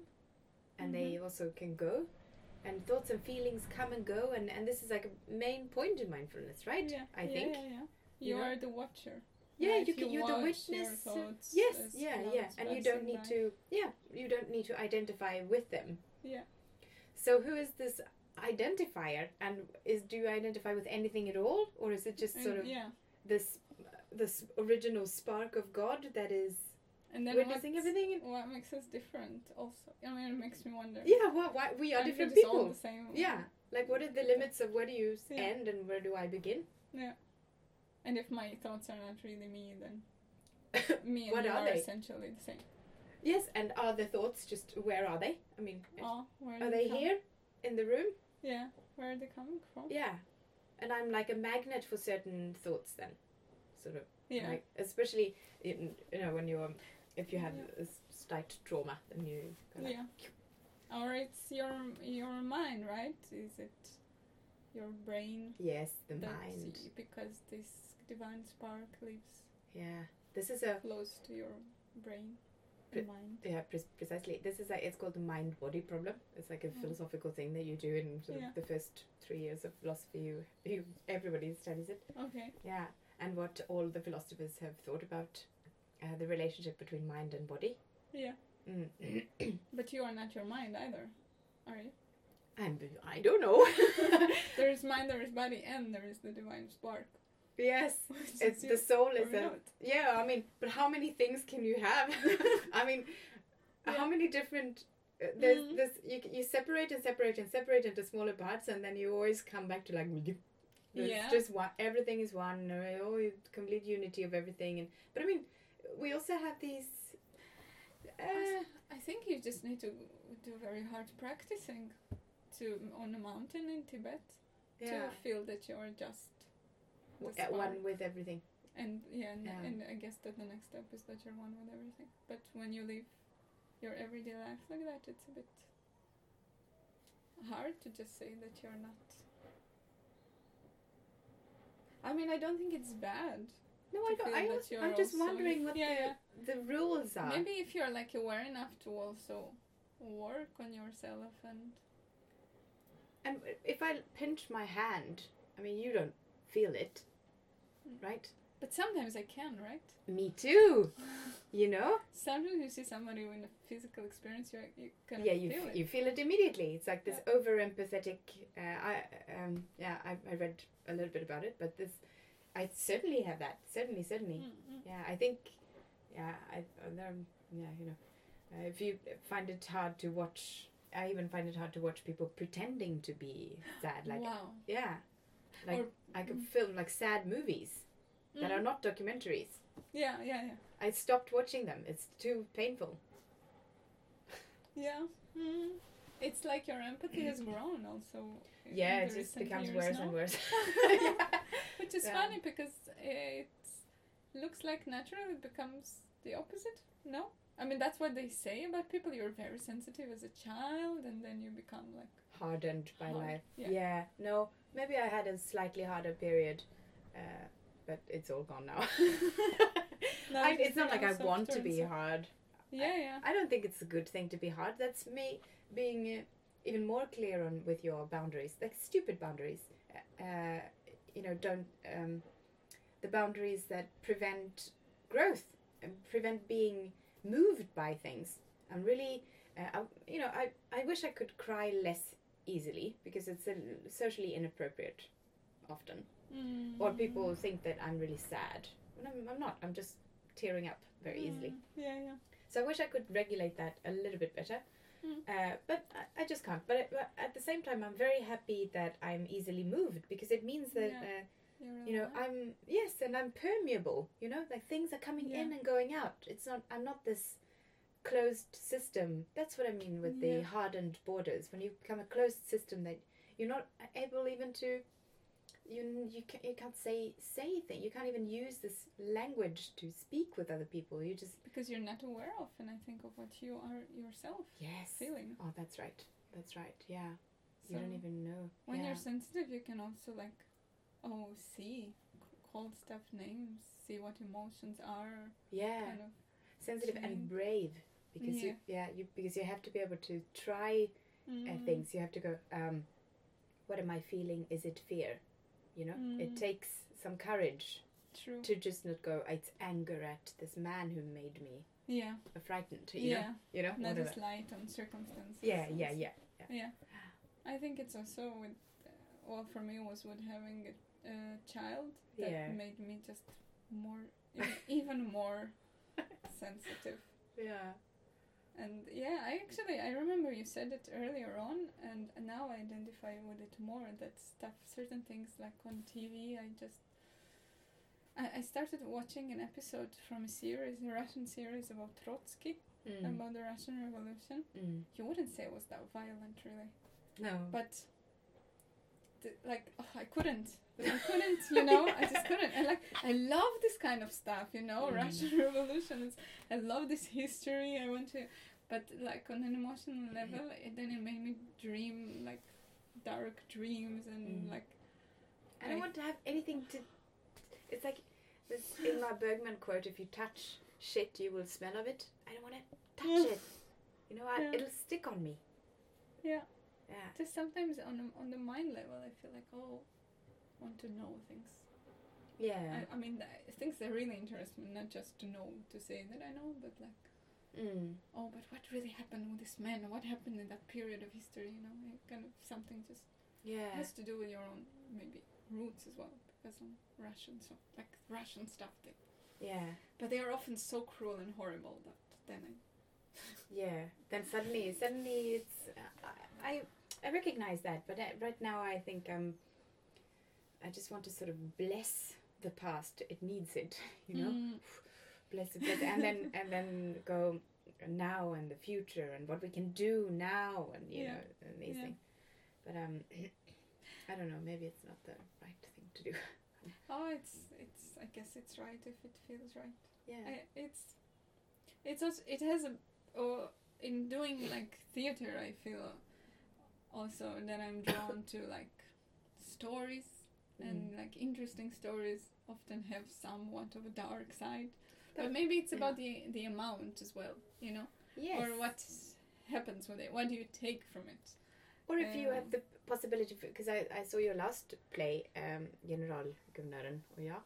Speaker 1: and they also can go. And thoughts and feelings come and go, and, and this is like a main point in mindfulness, right?
Speaker 2: Yeah.
Speaker 1: I
Speaker 2: Yeah,
Speaker 1: think.
Speaker 2: yeah, yeah.
Speaker 1: You
Speaker 2: You
Speaker 1: know?
Speaker 2: are the watcher.
Speaker 1: Yeah,
Speaker 2: Like,
Speaker 1: you can. You're the
Speaker 2: watch your
Speaker 1: witness. uh,
Speaker 2: thoughts
Speaker 1: yes.
Speaker 2: as
Speaker 1: Yeah.
Speaker 2: another
Speaker 1: Yeah. And you don't
Speaker 2: person's
Speaker 1: need
Speaker 2: life.
Speaker 1: to. Yeah. You don't need to identify with them.
Speaker 2: Yeah.
Speaker 1: So who is this identifier, and is do you identify with anything at all, or is it just
Speaker 2: And,
Speaker 1: sort of
Speaker 2: yeah,
Speaker 1: this this original spark of God that is
Speaker 2: and then
Speaker 1: witnessing
Speaker 2: what's-
Speaker 1: everything.
Speaker 2: What makes us different? Also, I mean, it makes me wonder.
Speaker 1: Yeah, why, why we are
Speaker 2: if
Speaker 1: different
Speaker 2: it is All
Speaker 1: people.
Speaker 2: the same.
Speaker 1: Yeah, like what are the limits of where do you s
Speaker 2: Yeah.
Speaker 1: end and where do I begin?
Speaker 2: And if my thoughts are not really me, then me and
Speaker 1: What
Speaker 2: you
Speaker 1: are
Speaker 2: are,
Speaker 1: they?
Speaker 2: essentially the same.
Speaker 1: yes, and are the thoughts just where are they? I mean,
Speaker 2: Oh, where
Speaker 1: are
Speaker 2: do
Speaker 1: they
Speaker 2: come-
Speaker 1: here in the room?
Speaker 2: Yeah, where are they coming from?
Speaker 1: Yeah, and I'm like a magnet for certain thoughts then, sort of.
Speaker 2: Yeah.
Speaker 1: Like, especially in, you know when you're if you have
Speaker 2: Yeah.
Speaker 1: a s- slight trauma, then you go like,
Speaker 2: yeah. Or it's your your mind, right? Is it your brain?
Speaker 1: yes, the
Speaker 2: that's
Speaker 1: mind.
Speaker 2: y- because this divine spark lives
Speaker 1: Yeah, this is a
Speaker 2: close to your brain. in mind.
Speaker 1: Yeah, pre- precisely. This is like it's called the mind body problem. It's like a
Speaker 2: Mm.
Speaker 1: philosophical thing that you do in sort of
Speaker 2: Yeah.
Speaker 1: the first three years of philosophy. You, you everybody studies it.
Speaker 2: Okay.
Speaker 1: Yeah, and what all the philosophers have thought about uh, the relationship between mind and body.
Speaker 2: Yeah.
Speaker 1: Mm.
Speaker 2: But you are not your mind either, are you?
Speaker 1: And I don't know.
Speaker 2: There is mind, there is body, and there is the divine spark.
Speaker 1: yes,
Speaker 2: which is
Speaker 1: it's
Speaker 2: you,
Speaker 1: the soul
Speaker 2: or
Speaker 1: is a
Speaker 2: not.
Speaker 1: yeah. I mean, but how many things can you have? I mean, how
Speaker 2: Yeah.
Speaker 1: many different uh, there's
Speaker 2: Mm.
Speaker 1: this you, c- you separate and separate and separate into smaller parts and then you always come back to like it's
Speaker 2: Yeah.
Speaker 1: just one everything is one uh, oh, it- complete unity of everything and but i mean we also have these uh,
Speaker 2: I think you just need to do very hard practicing to on a mountain in Tibet
Speaker 1: yeah
Speaker 2: to feel that you are just the
Speaker 1: w- at
Speaker 2: spark.
Speaker 1: one with everything
Speaker 2: And yeah, and,
Speaker 1: Yeah.
Speaker 2: and I guess that the next step is that you're one with everything. But when you live your everyday life like that, it's a bit hard to just say that you're not. I mean, I don't think it's bad.
Speaker 1: no
Speaker 2: To
Speaker 1: Oh, i don't
Speaker 2: feel
Speaker 1: i
Speaker 2: that
Speaker 1: was,
Speaker 2: you
Speaker 1: i'm
Speaker 2: are
Speaker 1: just
Speaker 2: also-
Speaker 1: wondering what
Speaker 2: Yeah,
Speaker 1: the,
Speaker 2: yeah.
Speaker 1: the rules are
Speaker 2: Maybe if you're like aware enough to also work on yourself and
Speaker 1: and if i pinch my hand i mean you don't feel it
Speaker 2: Mm.
Speaker 1: right
Speaker 2: but sometimes I can, right?
Speaker 1: me too you know
Speaker 2: Sometimes you see somebody with a physical experience, you you can
Speaker 1: yeah you
Speaker 2: feel
Speaker 1: f-
Speaker 2: it.
Speaker 1: you feel it immediately it's like this over empathetic uh, i um yeah I, I read a little bit about it but this i certainly have that certainly certainly
Speaker 2: Mm, mm.
Speaker 1: yeah i think yeah i uh, there um, yeah you know uh, if you find it hard to watch i even find it hard to watch people pretending to be sad like
Speaker 2: wow.
Speaker 1: yeah like
Speaker 2: Or-
Speaker 1: i could
Speaker 2: mm.
Speaker 1: film like sad movies that are
Speaker 2: Mhm.
Speaker 1: not documentaries
Speaker 2: Yeah, yeah, yeah.
Speaker 1: i stopped watching them it's too painful
Speaker 2: Yeah. Mm. It's like your empathy has grown also. in
Speaker 1: yeah
Speaker 2: the
Speaker 1: it just
Speaker 2: recent
Speaker 1: becomes
Speaker 2: years
Speaker 1: worse
Speaker 2: now.
Speaker 1: and worse
Speaker 2: Which is
Speaker 1: Yeah.
Speaker 2: funny because it looks like natural, it becomes the opposite. No? I mean, that's what they say about people. You're very sensitive as a child, and then you become like.
Speaker 1: hardened by
Speaker 2: Hard,
Speaker 1: life.
Speaker 2: yeah.
Speaker 1: No, maybe I had a slightly harder period, uh, but it's all gone now.
Speaker 2: now
Speaker 1: I,
Speaker 2: you
Speaker 1: it's not like
Speaker 2: become
Speaker 1: I want
Speaker 2: softer
Speaker 1: to
Speaker 2: and
Speaker 1: be
Speaker 2: soft-
Speaker 1: hard.
Speaker 2: Yeah, yeah.
Speaker 1: I don't think it's a good thing to be hard. That's me being uh, even more clear on with your boundaries, like stupid boundaries. Uh, you know, don't um, the boundaries that prevent growth and prevent being moved by things. I'm really, uh, I, you know, I I wish I could cry less easily because it's uh, socially inappropriate often
Speaker 2: Mm.
Speaker 1: or people think that I'm really sad. And I'm, I'm not. I'm just tearing up very easily.
Speaker 2: Mm. Yeah, yeah.
Speaker 1: So I wish I could regulate that a little bit better.
Speaker 2: Mm.
Speaker 1: Uh, but I, I just can't. But, but at the same time, I'm very happy that I'm easily moved because it means that,
Speaker 2: Yeah. Uh-huh.
Speaker 1: uh,
Speaker 2: You're
Speaker 1: you know,
Speaker 2: alive.
Speaker 1: I'm, yes, and I'm permeable. You know, like things are coming
Speaker 2: Yeah.
Speaker 1: in and going out. It's not, I'm not this closed system. That's what I mean with the
Speaker 2: Yeah.
Speaker 1: hardened borders. When you become a closed system, that you're not able even to. You, you, can, you can't say say thing. You can't even use this language to speak with other people. You just
Speaker 2: Because you're not aware of, and I think of what you are yourself
Speaker 1: yes.
Speaker 2: feeling.
Speaker 1: Oh, that's right. That's right. Yeah. You don't
Speaker 2: So-
Speaker 1: even know.
Speaker 2: when
Speaker 1: yeah.
Speaker 2: you're sensitive you can also like oh see c- call stuff names see what emotions are
Speaker 1: yeah,
Speaker 2: kind of
Speaker 1: sensitive and
Speaker 2: tuned.
Speaker 1: brave because you yeah you because you have to be able to try uh,
Speaker 2: Mm,
Speaker 1: things. You have to go. Um, what am I feeling? Is it fear? You know, it
Speaker 2: Mm.
Speaker 1: takes some courage
Speaker 2: true
Speaker 1: to just not go. It's anger at this man who made me
Speaker 2: yeah
Speaker 1: frightened. You know,
Speaker 2: yeah
Speaker 1: you know,
Speaker 2: not
Speaker 1: whatever.
Speaker 2: just light on circumstances
Speaker 1: Yeah,
Speaker 2: and
Speaker 1: yeah,
Speaker 2: s-
Speaker 1: yeah.
Speaker 2: yeah i think it's also with uh, well for me was with having a, a child that
Speaker 1: Yeah.
Speaker 2: made me just more even, even more sensitive
Speaker 1: Yeah.
Speaker 2: And yeah, I actually I remember you said it earlier on, and now I identify with it more. That stuff, certain things like on TV, I just I, I started watching an episode from a series, a Russian series about Trotsky,
Speaker 1: Mm.
Speaker 2: about the Russian Revolution.
Speaker 1: Mm.
Speaker 2: You wouldn't say it was that violent, really,
Speaker 1: No.
Speaker 2: but the, like oh, I couldn't. I couldn't, you know, I just couldn't. And like, I love this kind of stuff, you know,
Speaker 1: Mm.
Speaker 2: Russian Revolution. It's, I love this history. I want to, but like on an emotional level, it, then it made me dream like dark dreams and
Speaker 1: Mm.
Speaker 2: like
Speaker 1: I don't
Speaker 2: I-
Speaker 1: want to have anything to. It's like this Ingmar Bergman quote: "If you touch, shit, you will smell of it. I don't want to touch it. You know, I,
Speaker 2: Yeah.
Speaker 1: it'll stick on me.
Speaker 2: Yeah.
Speaker 1: Yeah.
Speaker 2: Just sometimes on the- on the mind level, I feel like oh, I want to know things.
Speaker 1: Yeah.
Speaker 2: I, I mean, th- things that really interest me, not just to know to say that I know, but like
Speaker 1: mm.
Speaker 2: oh, but what really happened with this man? What happened in that period of history? You know, like, kind of something just
Speaker 1: Yeah.
Speaker 2: has to do with your own maybe roots as well, because um, Russian so like Russian stuff. They,
Speaker 1: Yeah.
Speaker 2: but they are often so cruel and horrible that then I
Speaker 1: Yeah. Then suddenly, suddenly it's I I I recognize that, but I, right now I think um I just want to sort of bless the past. It needs it, you know.
Speaker 2: Mm,
Speaker 1: Bless it, bless it. and then and then go now and the future and what we can do now and you
Speaker 2: Yeah.
Speaker 1: know amazing. But um, I don't know. Maybe it's not the right thing to do.
Speaker 2: oh, it's it's. I guess it's right if it feels right.
Speaker 1: Yeah.
Speaker 2: I, it's it's also it has a or in doing like theater I feel also that I'm drawn to like stories
Speaker 1: Mm.
Speaker 2: and like interesting stories often have somewhat of a dark side but
Speaker 1: That-
Speaker 2: maybe it's about the the amount as well you know
Speaker 1: yes.
Speaker 2: or what happens with it what do you take from it
Speaker 1: Or if you
Speaker 2: Um,
Speaker 1: have the possibility, because I, I saw your last play, um, Generalguvernören och jag,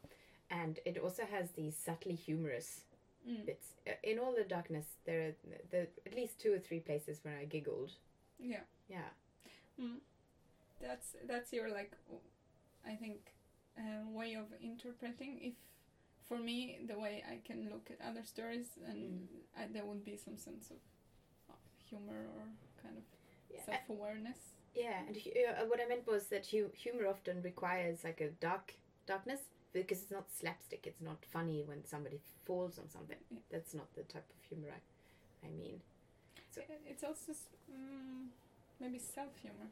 Speaker 1: and it also has these subtly humorous
Speaker 2: mm.
Speaker 1: bits. Uh, In all the darkness, there are the, at least two or three places where I giggled.
Speaker 2: yeah
Speaker 1: Yeah. Mm.
Speaker 2: that's that's your like w- i think uh, way of interpreting if for me the way i can look at other stories and
Speaker 1: Mm.
Speaker 2: I, there would be some sense of, of humor or kind of
Speaker 1: Yeah.
Speaker 2: self-awareness
Speaker 1: Yeah, and hu- uh, what I meant was that hu- humor often requires like a dark darkness because it's not slapstick. It's not funny when somebody falls on something.
Speaker 2: Yeah.
Speaker 1: That's not the type of humor I, I mean. So-
Speaker 2: I- it's also s- mm, maybe self-humor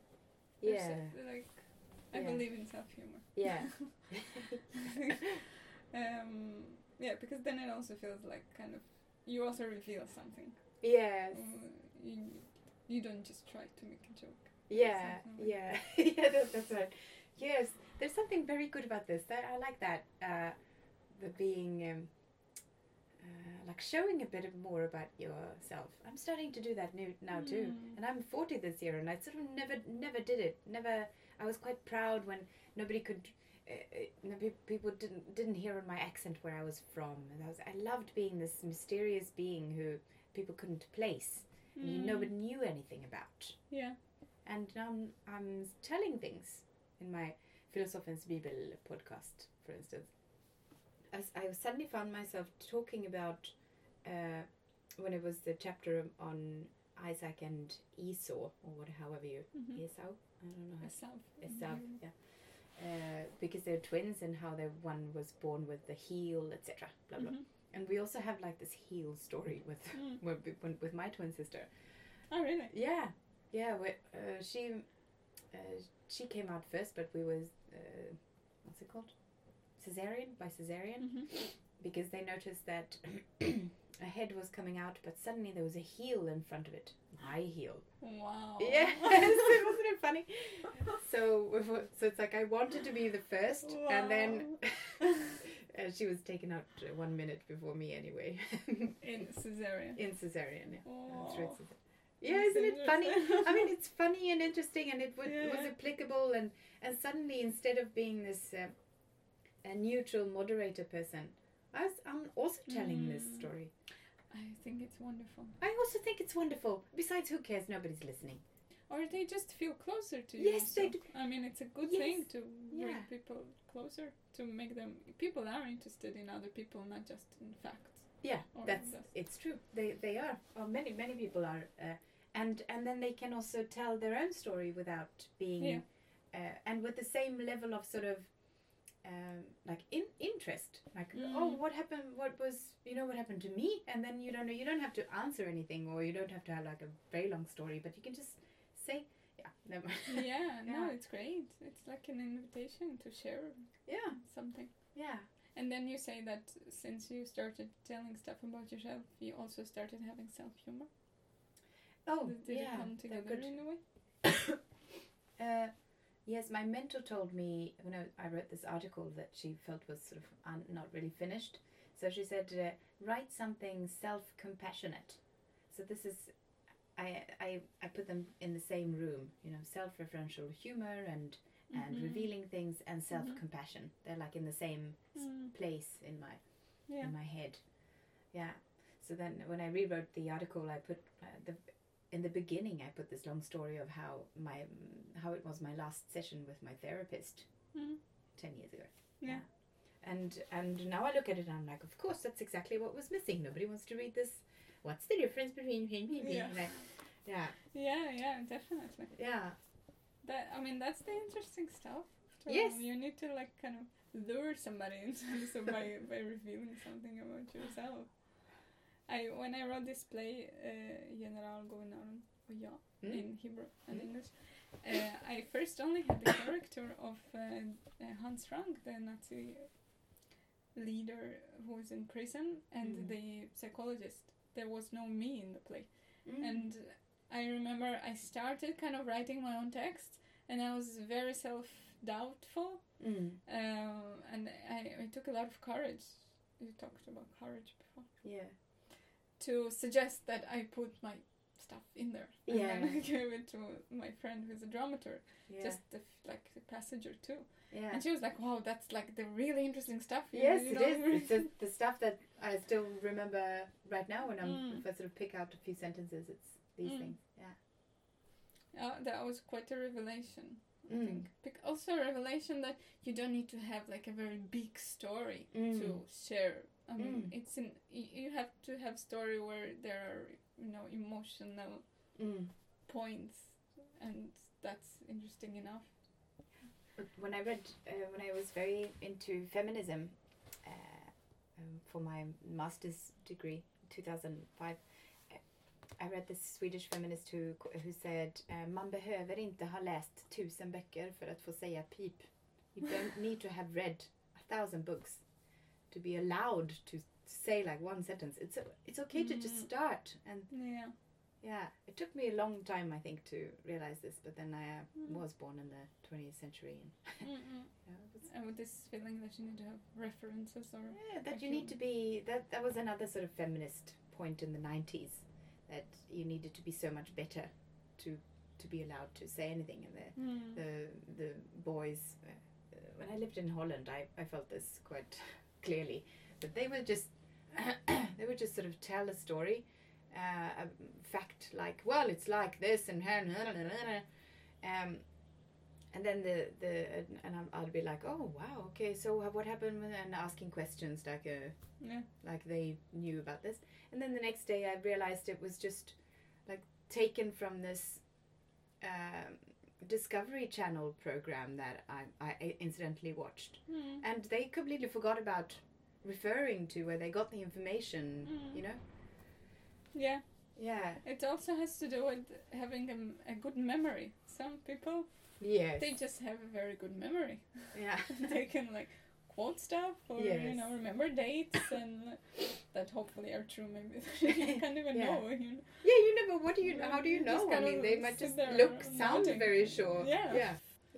Speaker 1: Yeah.
Speaker 2: There's a- like i
Speaker 1: Yeah.
Speaker 2: believe in self-humor
Speaker 1: Yeah.
Speaker 2: um, yeah because then it also feels like kind of you also reveal something
Speaker 1: yes.
Speaker 2: Uh, you, you don't just try to make a joke
Speaker 1: Yeah,
Speaker 2: something
Speaker 1: yeah, yeah. That's, that's right. Yes, there's something very good about this. That I like that uh, the being um, uh, like showing a bit of more about yourself. I'm starting to do that new, now too,
Speaker 2: Mm.
Speaker 1: and I'm 40 this year, and I sort of never never did it. Never. I was quite proud when nobody could. Uh, uh, no- pe- people didn't didn't hear my accent where I was from, and I was I loved being this mysterious being who people couldn't place, and you
Speaker 2: Mm.
Speaker 1: nobody knew anything about
Speaker 2: Yeah.
Speaker 1: and now I'm, I'm telling things in my Philosophens Bibel podcast, for instance. I, s- I suddenly found myself talking about uh, when it was the chapter on Isaac and Esau, or what, however you
Speaker 2: Mm-hmm.
Speaker 1: Esau, I don't know. how-
Speaker 2: Myself.
Speaker 1: Esau, yeah. Uh, because they're twins and how the one was born with the heel, etc. Blah blah. And we also have like this heel story with
Speaker 2: Mm.
Speaker 1: with- with, with my twin sister,
Speaker 2: Oh, really?
Speaker 1: yeah, yeah. We, uh, she uh, she came out first, but we was uh, what's it called? Cesarean by cesarean
Speaker 2: Mm-hmm.
Speaker 1: because they noticed that a head was coming out, but suddenly there was a heel in front of it. My heel.
Speaker 2: Wow.
Speaker 1: Yes, it wasn't it funny? So we were- so it's like I wanted to be the first, and then uh, she was taken out uh, one minute before me anyway
Speaker 2: In Caesarea.
Speaker 1: in cesarean. Yeah.
Speaker 2: Oh.
Speaker 1: That's right. Yeah, isn't it funny? I mean, it's funny and interesting, and it was,
Speaker 2: Yeah.
Speaker 1: was applicable. And, and suddenly, instead of being this uh, a neutral moderator person, I was, I'm also telling this
Speaker 2: Mm.
Speaker 1: story.
Speaker 2: I think it's wonderful.
Speaker 1: I also think it's wonderful. Besides, who cares? Nobody's listening.
Speaker 2: Or they just feel closer to you.
Speaker 1: Yes, they
Speaker 2: also. I mean, it's a good
Speaker 1: Yes.
Speaker 2: thing to bring
Speaker 1: Yeah.
Speaker 2: people closer, to make them. People are interested in other people, not just in facts.
Speaker 1: Yeah,
Speaker 2: Or
Speaker 1: that's
Speaker 2: just-
Speaker 1: it's true. They they are. Oh, many many people are, uh, and and then they can also tell their own story without being,
Speaker 2: Yeah.
Speaker 1: uh, and with the same level of sort of, um, like in interest. Like oh,
Speaker 2: Mm.
Speaker 1: what happened? What was you know what happened to me? And then you don't know. You don't have to answer anything, or you don't have to have like a very long story, but you can just say yeah, never mind.
Speaker 2: yeah, no,
Speaker 1: Yeah.
Speaker 2: it's great. It's like an invitation to share
Speaker 1: yeah,
Speaker 2: something.
Speaker 1: yeah,
Speaker 2: And then you say that since you started telling stuff about yourself, you also started having self humor.
Speaker 1: Oh,
Speaker 2: Did did
Speaker 1: yeah.
Speaker 2: it come
Speaker 1: they're
Speaker 2: together
Speaker 1: good.
Speaker 2: in a way?
Speaker 1: Uh, yes, my mentor told me when I, I wrote this article that she felt was sort of un, not really finished So she said, uh, write something self-compassionate. So this is, I, I, I put them in the same room, you know, self-referential humor and, and
Speaker 2: Mhm.
Speaker 1: revealing things and self-compassion. They're like in the same
Speaker 2: Mm,
Speaker 1: place in my
Speaker 2: yeah.
Speaker 1: in my head. Yeah. So then when I rewrote the article, I put uh, the in the beginning I put this long story of how my how it was my last session with my therapist Mm-hmm.
Speaker 2: Mm.
Speaker 1: ten years ago.
Speaker 2: Yeah.
Speaker 1: And and now I look at it and I'm like, of course that's exactly what was missing. Nobody wants to read this. What's the difference between
Speaker 2: Yeah.
Speaker 1: Like, yeah,
Speaker 2: Yeah, yeah, definitely.
Speaker 1: yeah,
Speaker 2: That I mean, that's the interesting stuff. So
Speaker 1: Yes.
Speaker 2: You need to like kind of lure somebody into this by by revealing something about yourself. I when I wrote this play, uh, General Governarum och jag
Speaker 1: Mm.
Speaker 2: in Hebrew and
Speaker 1: Mm.
Speaker 2: English, uh, I first only had the character of uh, uh, Hans Frank, the Nazi leader who was in prison, and
Speaker 1: Mm.
Speaker 2: the psychologist. There was no me in the play
Speaker 1: Mm.
Speaker 2: and I remember I started kind of writing my own text, and I was very self doubtful,
Speaker 1: mm.
Speaker 2: um, and I, I took a lot of courage. You talked about courage before
Speaker 1: yeah,
Speaker 2: to suggest that I put my stuff in there, and then
Speaker 1: Yeah.
Speaker 2: I gave it to my friend who's a dramaturg,
Speaker 1: yeah,
Speaker 2: just a f like a passage or two,
Speaker 1: yeah.
Speaker 2: and she was like, "Wow, that's like the really interesting stuff." you-
Speaker 1: Yes,
Speaker 2: you
Speaker 1: it
Speaker 2: don't
Speaker 1: is.
Speaker 2: really-
Speaker 1: It's the, the stuff that I still remember right now when I'm
Speaker 2: Mm.
Speaker 1: if I sort of pick out a few sentences. It's these
Speaker 2: Mm.
Speaker 1: things. Yeah.
Speaker 2: Uh, that was quite a revelation. I
Speaker 1: Mm.
Speaker 2: think. Bec- also a revelation that you don't need to have like a very big story
Speaker 1: Mm.
Speaker 2: to share. I mean,
Speaker 1: Mm.
Speaker 2: it's an y- you have to have story where there are you know emotional
Speaker 1: Mm.
Speaker 2: points, and that's interesting enough.
Speaker 1: But When I read, uh, when I was very into feminism uh, um, for my master's degree, two thousand five. uh, I read this Swedish feminist who who said uh, man behöver inte ha läst tusen böcker för att få säga pip. You don't need to have read a thousand books to be allowed to say like one sentence. It's it's okay to just
Speaker 2: Mm.
Speaker 1: start and
Speaker 2: Yeah,
Speaker 1: yeah, it took me a long time I think to realize this, but then I uh,
Speaker 2: Mm.
Speaker 1: was born in the 20th century and
Speaker 2: Mm-mm.
Speaker 1: yeah, it was
Speaker 2: and with this feeling that you need to have references or
Speaker 1: Yeah, that
Speaker 2: I
Speaker 1: you need to be that that was another sort of feminist point in the 90s that you needed to be so much better to to be allowed to say anything and the
Speaker 2: Mm.
Speaker 1: the the boys uh, uh, when I lived in Holland I, I felt this quite clearly that they would just they would just sort of tell a story uh, a fact like well it's like this and um and then the the and I'm- I'd be like oh wow okay so what happened when-" and asking questions like uh,
Speaker 2: yeah.
Speaker 1: like they knew about this and then the next day i realized it was just like taken from this um, discovery channel program that I, I incidentally watched
Speaker 2: Mm.
Speaker 1: and they completely forgot about referring to where they got the information
Speaker 2: Mm.
Speaker 1: you know
Speaker 2: yeah.
Speaker 1: yeah
Speaker 2: It also has to do with having a, m- a good memory. Some people
Speaker 1: yes
Speaker 2: they just have a very good memory.
Speaker 1: yeah
Speaker 2: they can like quote stuff or you
Speaker 1: Yes.
Speaker 2: know remember dates and that hopefully are true maybe you can't even
Speaker 1: Yeah.
Speaker 2: know you know.
Speaker 1: yeah you never what do you
Speaker 2: Yeah,
Speaker 1: how do you
Speaker 2: you just
Speaker 1: know i
Speaker 2: kind
Speaker 1: mean
Speaker 2: of
Speaker 1: they might
Speaker 2: sit
Speaker 1: just
Speaker 2: there
Speaker 1: look sound
Speaker 2: nodding.
Speaker 1: very sure
Speaker 2: Yeah. Mm.
Speaker 1: yeah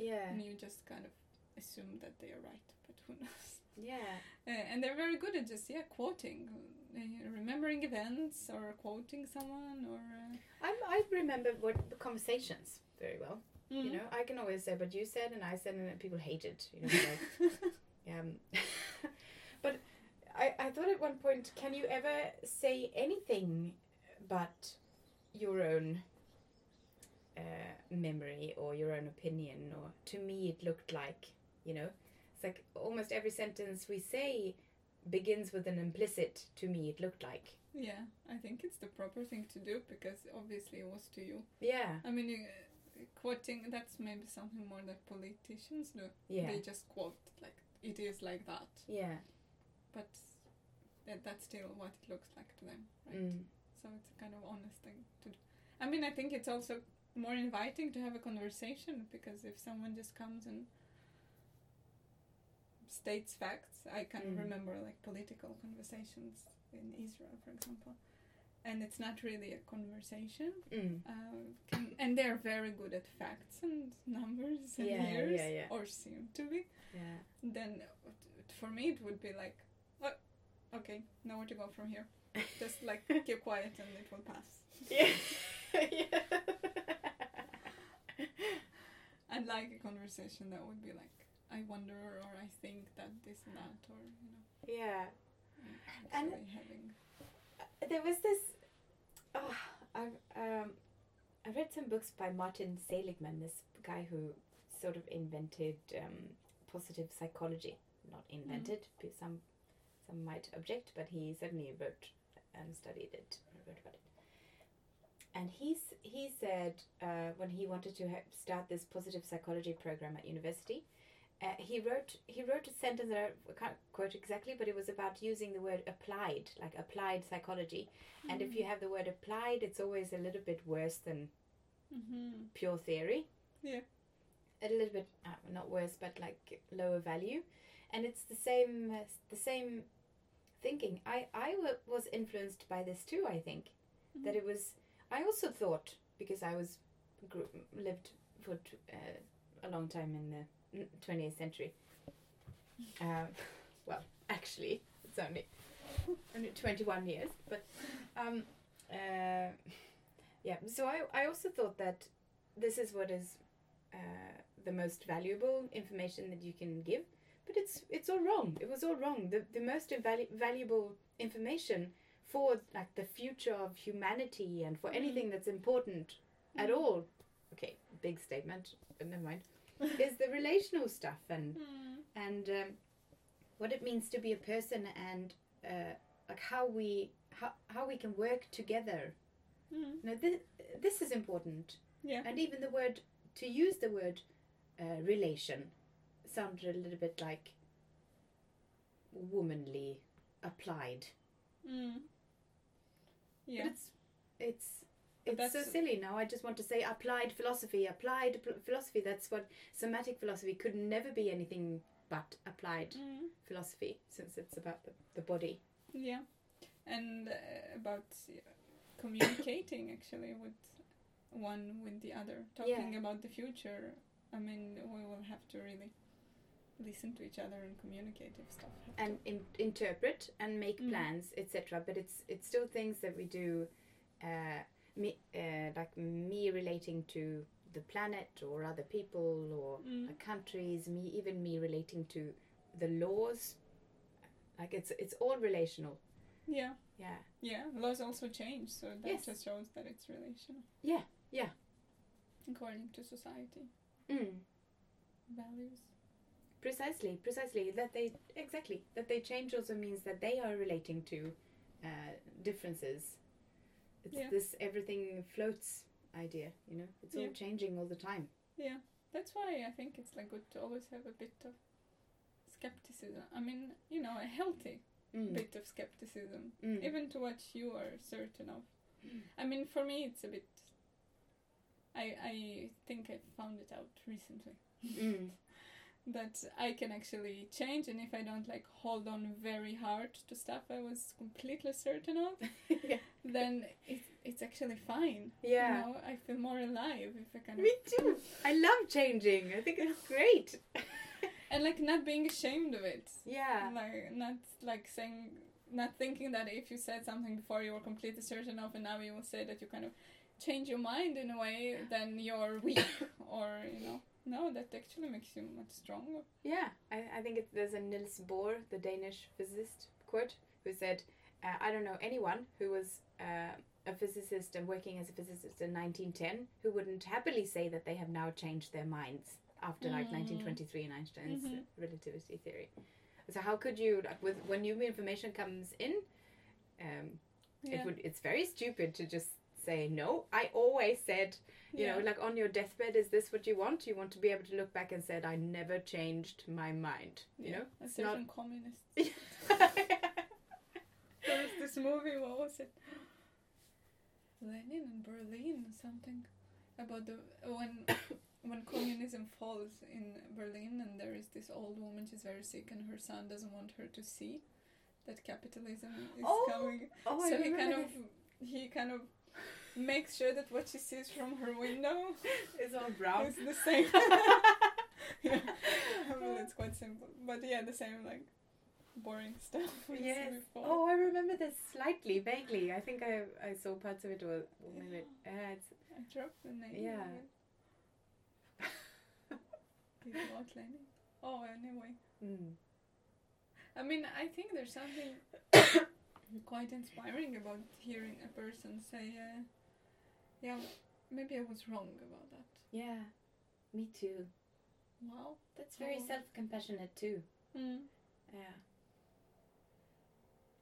Speaker 1: yeah
Speaker 2: and you just kind of assume that they are right but who knows
Speaker 1: yeah
Speaker 2: uh, and they're very good at just yeah quoting uh, remembering events or quoting someone or uh,
Speaker 1: I'm, i remember what the conversations very well you
Speaker 2: mm.
Speaker 1: know i can always say but you said and i said and then people hate it you know like, um, but I, I thought at one point can you ever say anything but your own uh, memory or your own opinion or to me it looked like you know it's like almost every sentence we say begins with an implicit to me it looked like
Speaker 2: yeah i think it's the proper thing to do because obviously it was to you
Speaker 1: yeah
Speaker 2: i mean you, quoting that's maybe something more that politicians do
Speaker 1: yeah
Speaker 2: they just quote like it is like that
Speaker 1: yeah
Speaker 2: but that, that's still what it looks like to them right
Speaker 1: mm.
Speaker 2: so it's a kind of honest thing to do i mean i think it's also more inviting to have a conversation because if someone just comes and states facts i can
Speaker 1: Mm.
Speaker 2: remember like political conversations in israel for example and it's not really a conversation
Speaker 1: Mm.
Speaker 2: uh, can, and they're very good at facts and numbers and
Speaker 1: Yeah,
Speaker 2: years
Speaker 1: yeah, yeah.
Speaker 2: or seem to be
Speaker 1: yeah
Speaker 2: then it- it- for me it would be like oh, okay, nowhere to go from here. Just like keep quiet and it will pass.
Speaker 1: yeah. yeah.
Speaker 2: I'd like a conversation that would be like, I wonder or I think that this and that or you know
Speaker 1: yeah. And-
Speaker 2: actually having
Speaker 1: There was this. Oh, I um, I read some books by Martin Seligman, this guy who sort of invented um, positive psychology. Not invented, pe- some some might object, but he certainly wrote and studied it, wrote about it. And he's he said uh, when he wanted to ha- start this positive psychology program at university, uh, he wrote he wrote a sentence that I can't quote exactly, but it was about using the word applied, like applied psychology. And
Speaker 2: Hmm.
Speaker 1: if you have the word applied, it's always a little bit worse than
Speaker 2: mm-hmm.
Speaker 1: pure theory.
Speaker 2: Yeah.
Speaker 1: A little bit uh, not worse, but like lower value, and it's the same uh, the same thinking. I I w- was influenced by this too. I think that
Speaker 2: Mm-hmm.
Speaker 1: it was. I also thought because I was grew, lived for t- uh, a long time in the twentieth century. Um, well, actually, it's only only twenty one years, but um, uh, yeah. So I I also thought that this is what is uh, the most valuable information that you can give. But it's it's all wrong. It was all wrong. The the most invalu- valuable information for like the future of humanity and for anything that's important at
Speaker 2: Mm-hmm.
Speaker 1: all. Okay, big statement. But never mind. is the relational stuff and
Speaker 2: Mm.
Speaker 1: and um, what it means to be a person and uh, like how we how, how we can work together.
Speaker 2: Mm.
Speaker 1: Now this this is important
Speaker 2: Yeah.
Speaker 1: and even the word to use the word uh, relation sounded a little bit like womanly applied
Speaker 2: Mm. Yeah.
Speaker 1: but it's it's
Speaker 2: But
Speaker 1: it's so
Speaker 2: that's-
Speaker 1: silly now. I just want to say applied philosophy, applied pl- philosophy. That's what somatic philosophy could never be anything but applied
Speaker 2: Mm.
Speaker 1: philosophy, since it's about the, the body.
Speaker 2: Yeah, and uh, about uh, communicating actually with one with the other, talking about the future. I mean, we will have to really listen to each other and communicate if stuff happens.
Speaker 1: and in, interpret and make
Speaker 2: Mm.
Speaker 1: plans, etc. But it's it's still things that we do, uh, me uh, like me relating to the planet or other people or
Speaker 2: Mm.
Speaker 1: uh, countries. Me even me relating to the laws. Like it's it's all relational.
Speaker 2: Yeah,
Speaker 1: Yeah.
Speaker 2: yeah. Laws also change, so that
Speaker 1: Yes.
Speaker 2: just shows that it's relational.
Speaker 1: Yeah, yeah.
Speaker 2: According to society
Speaker 1: Mm.
Speaker 2: values.
Speaker 1: Precisely, precisely. That they exactly that they change also means that they are relating to uh, differences. It's
Speaker 2: Yeah.
Speaker 1: this everything floats idea, you know. It's all
Speaker 2: Yeah.
Speaker 1: changing all the time.
Speaker 2: Yeah, that's why I think it's like good to always have a bit of skepticism. I mean, you know, a healthy
Speaker 1: Mm.
Speaker 2: bit of skepticism.
Speaker 1: mm.
Speaker 2: even to what you are certain of. I mean, for me, it's a bit. I I think I found it out recently
Speaker 1: Mm.
Speaker 2: that I can actually change, and if I don't like hold on very hard to stuff I was completely certain of,
Speaker 1: yeah.
Speaker 2: then it, it's actually fine.
Speaker 1: yeah.
Speaker 2: You know, I feel more alive if I kind of
Speaker 1: Me too. I love changing. I think it's great.
Speaker 2: and like not being ashamed of it.
Speaker 1: Yeah.
Speaker 2: Like not like saying not thinking that if you said something before you were completely certain of and now you will say that you kind of change your mind in a way then you're weak or you know no that actually makes you much stronger
Speaker 1: Yeah, I, I think it, there's a Niels Bohr, the Danish physicist, quote, who said, uh, I don't know anyone who was uh, a physicist and working as a physicist in 1910 who wouldn't happily say that they have now changed their minds after like
Speaker 2: Mm.
Speaker 1: 1923 and Einstein's
Speaker 2: Mhm.
Speaker 1: relativity theory. So how could you, like, with when new information comes in, um,
Speaker 2: yeah
Speaker 1: it would, it's very stupid to just say no. I always said you
Speaker 2: yeah.
Speaker 1: know, like on your deathbed, is this what you want? You want to be able to look back and said, "I never changed my mind." You know.
Speaker 2: a
Speaker 1: not-
Speaker 2: certain communist there was this movie what was it lenin in berlin or something about the when when communism falls in berlin and there is this old woman she's very sick and her son doesn't want her to see that capitalism is
Speaker 1: Oh,
Speaker 2: coming
Speaker 1: oh, I
Speaker 2: so he
Speaker 1: remember
Speaker 2: kind of
Speaker 1: this.
Speaker 2: he kind of makes sure that what she sees from her window
Speaker 1: It's all brown.
Speaker 2: is the same. yeah. Well, it's quite simple, but yeah, the same like boring stuff. we see
Speaker 1: Yes.
Speaker 2: before.
Speaker 1: Oh, I remember this slightly, vaguely. I think I I saw parts of it or, or maybe it- uh, it's
Speaker 2: I dropped the name.
Speaker 1: Yeah.
Speaker 2: of it. People outlining. Oh, anyway.
Speaker 1: mm.
Speaker 2: I mean, I think there's something quite inspiring about hearing a person say, uh, "Yeah, maybe I was wrong about that."
Speaker 1: Yeah, me too.
Speaker 2: Wow.
Speaker 1: That's very
Speaker 2: Oh.
Speaker 1: self-compassionate too.
Speaker 2: Mm.
Speaker 1: Yeah.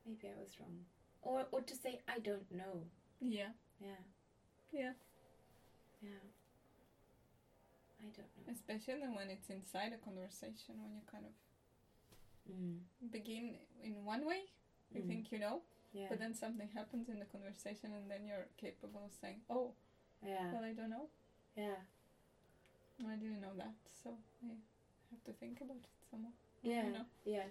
Speaker 1: Maybe I was wrong. Or or to say I don't know.
Speaker 2: Yeah.
Speaker 1: Yeah.
Speaker 2: Yeah.
Speaker 1: Yeah. I don't know.
Speaker 2: Especially when it's inside a conversation, when you kind of
Speaker 1: Mm.
Speaker 2: begin in one way, you
Speaker 1: Mm.
Speaker 2: think you know,
Speaker 1: Yeah.
Speaker 2: but then something happens in the conversation, and then you're capable of saying, "Oh,
Speaker 1: yeah.
Speaker 2: well, I don't know.
Speaker 1: Yeah.
Speaker 2: I didn't know that, so I have to think about it some more."
Speaker 1: Yeah.
Speaker 2: You know.
Speaker 1: Yeah.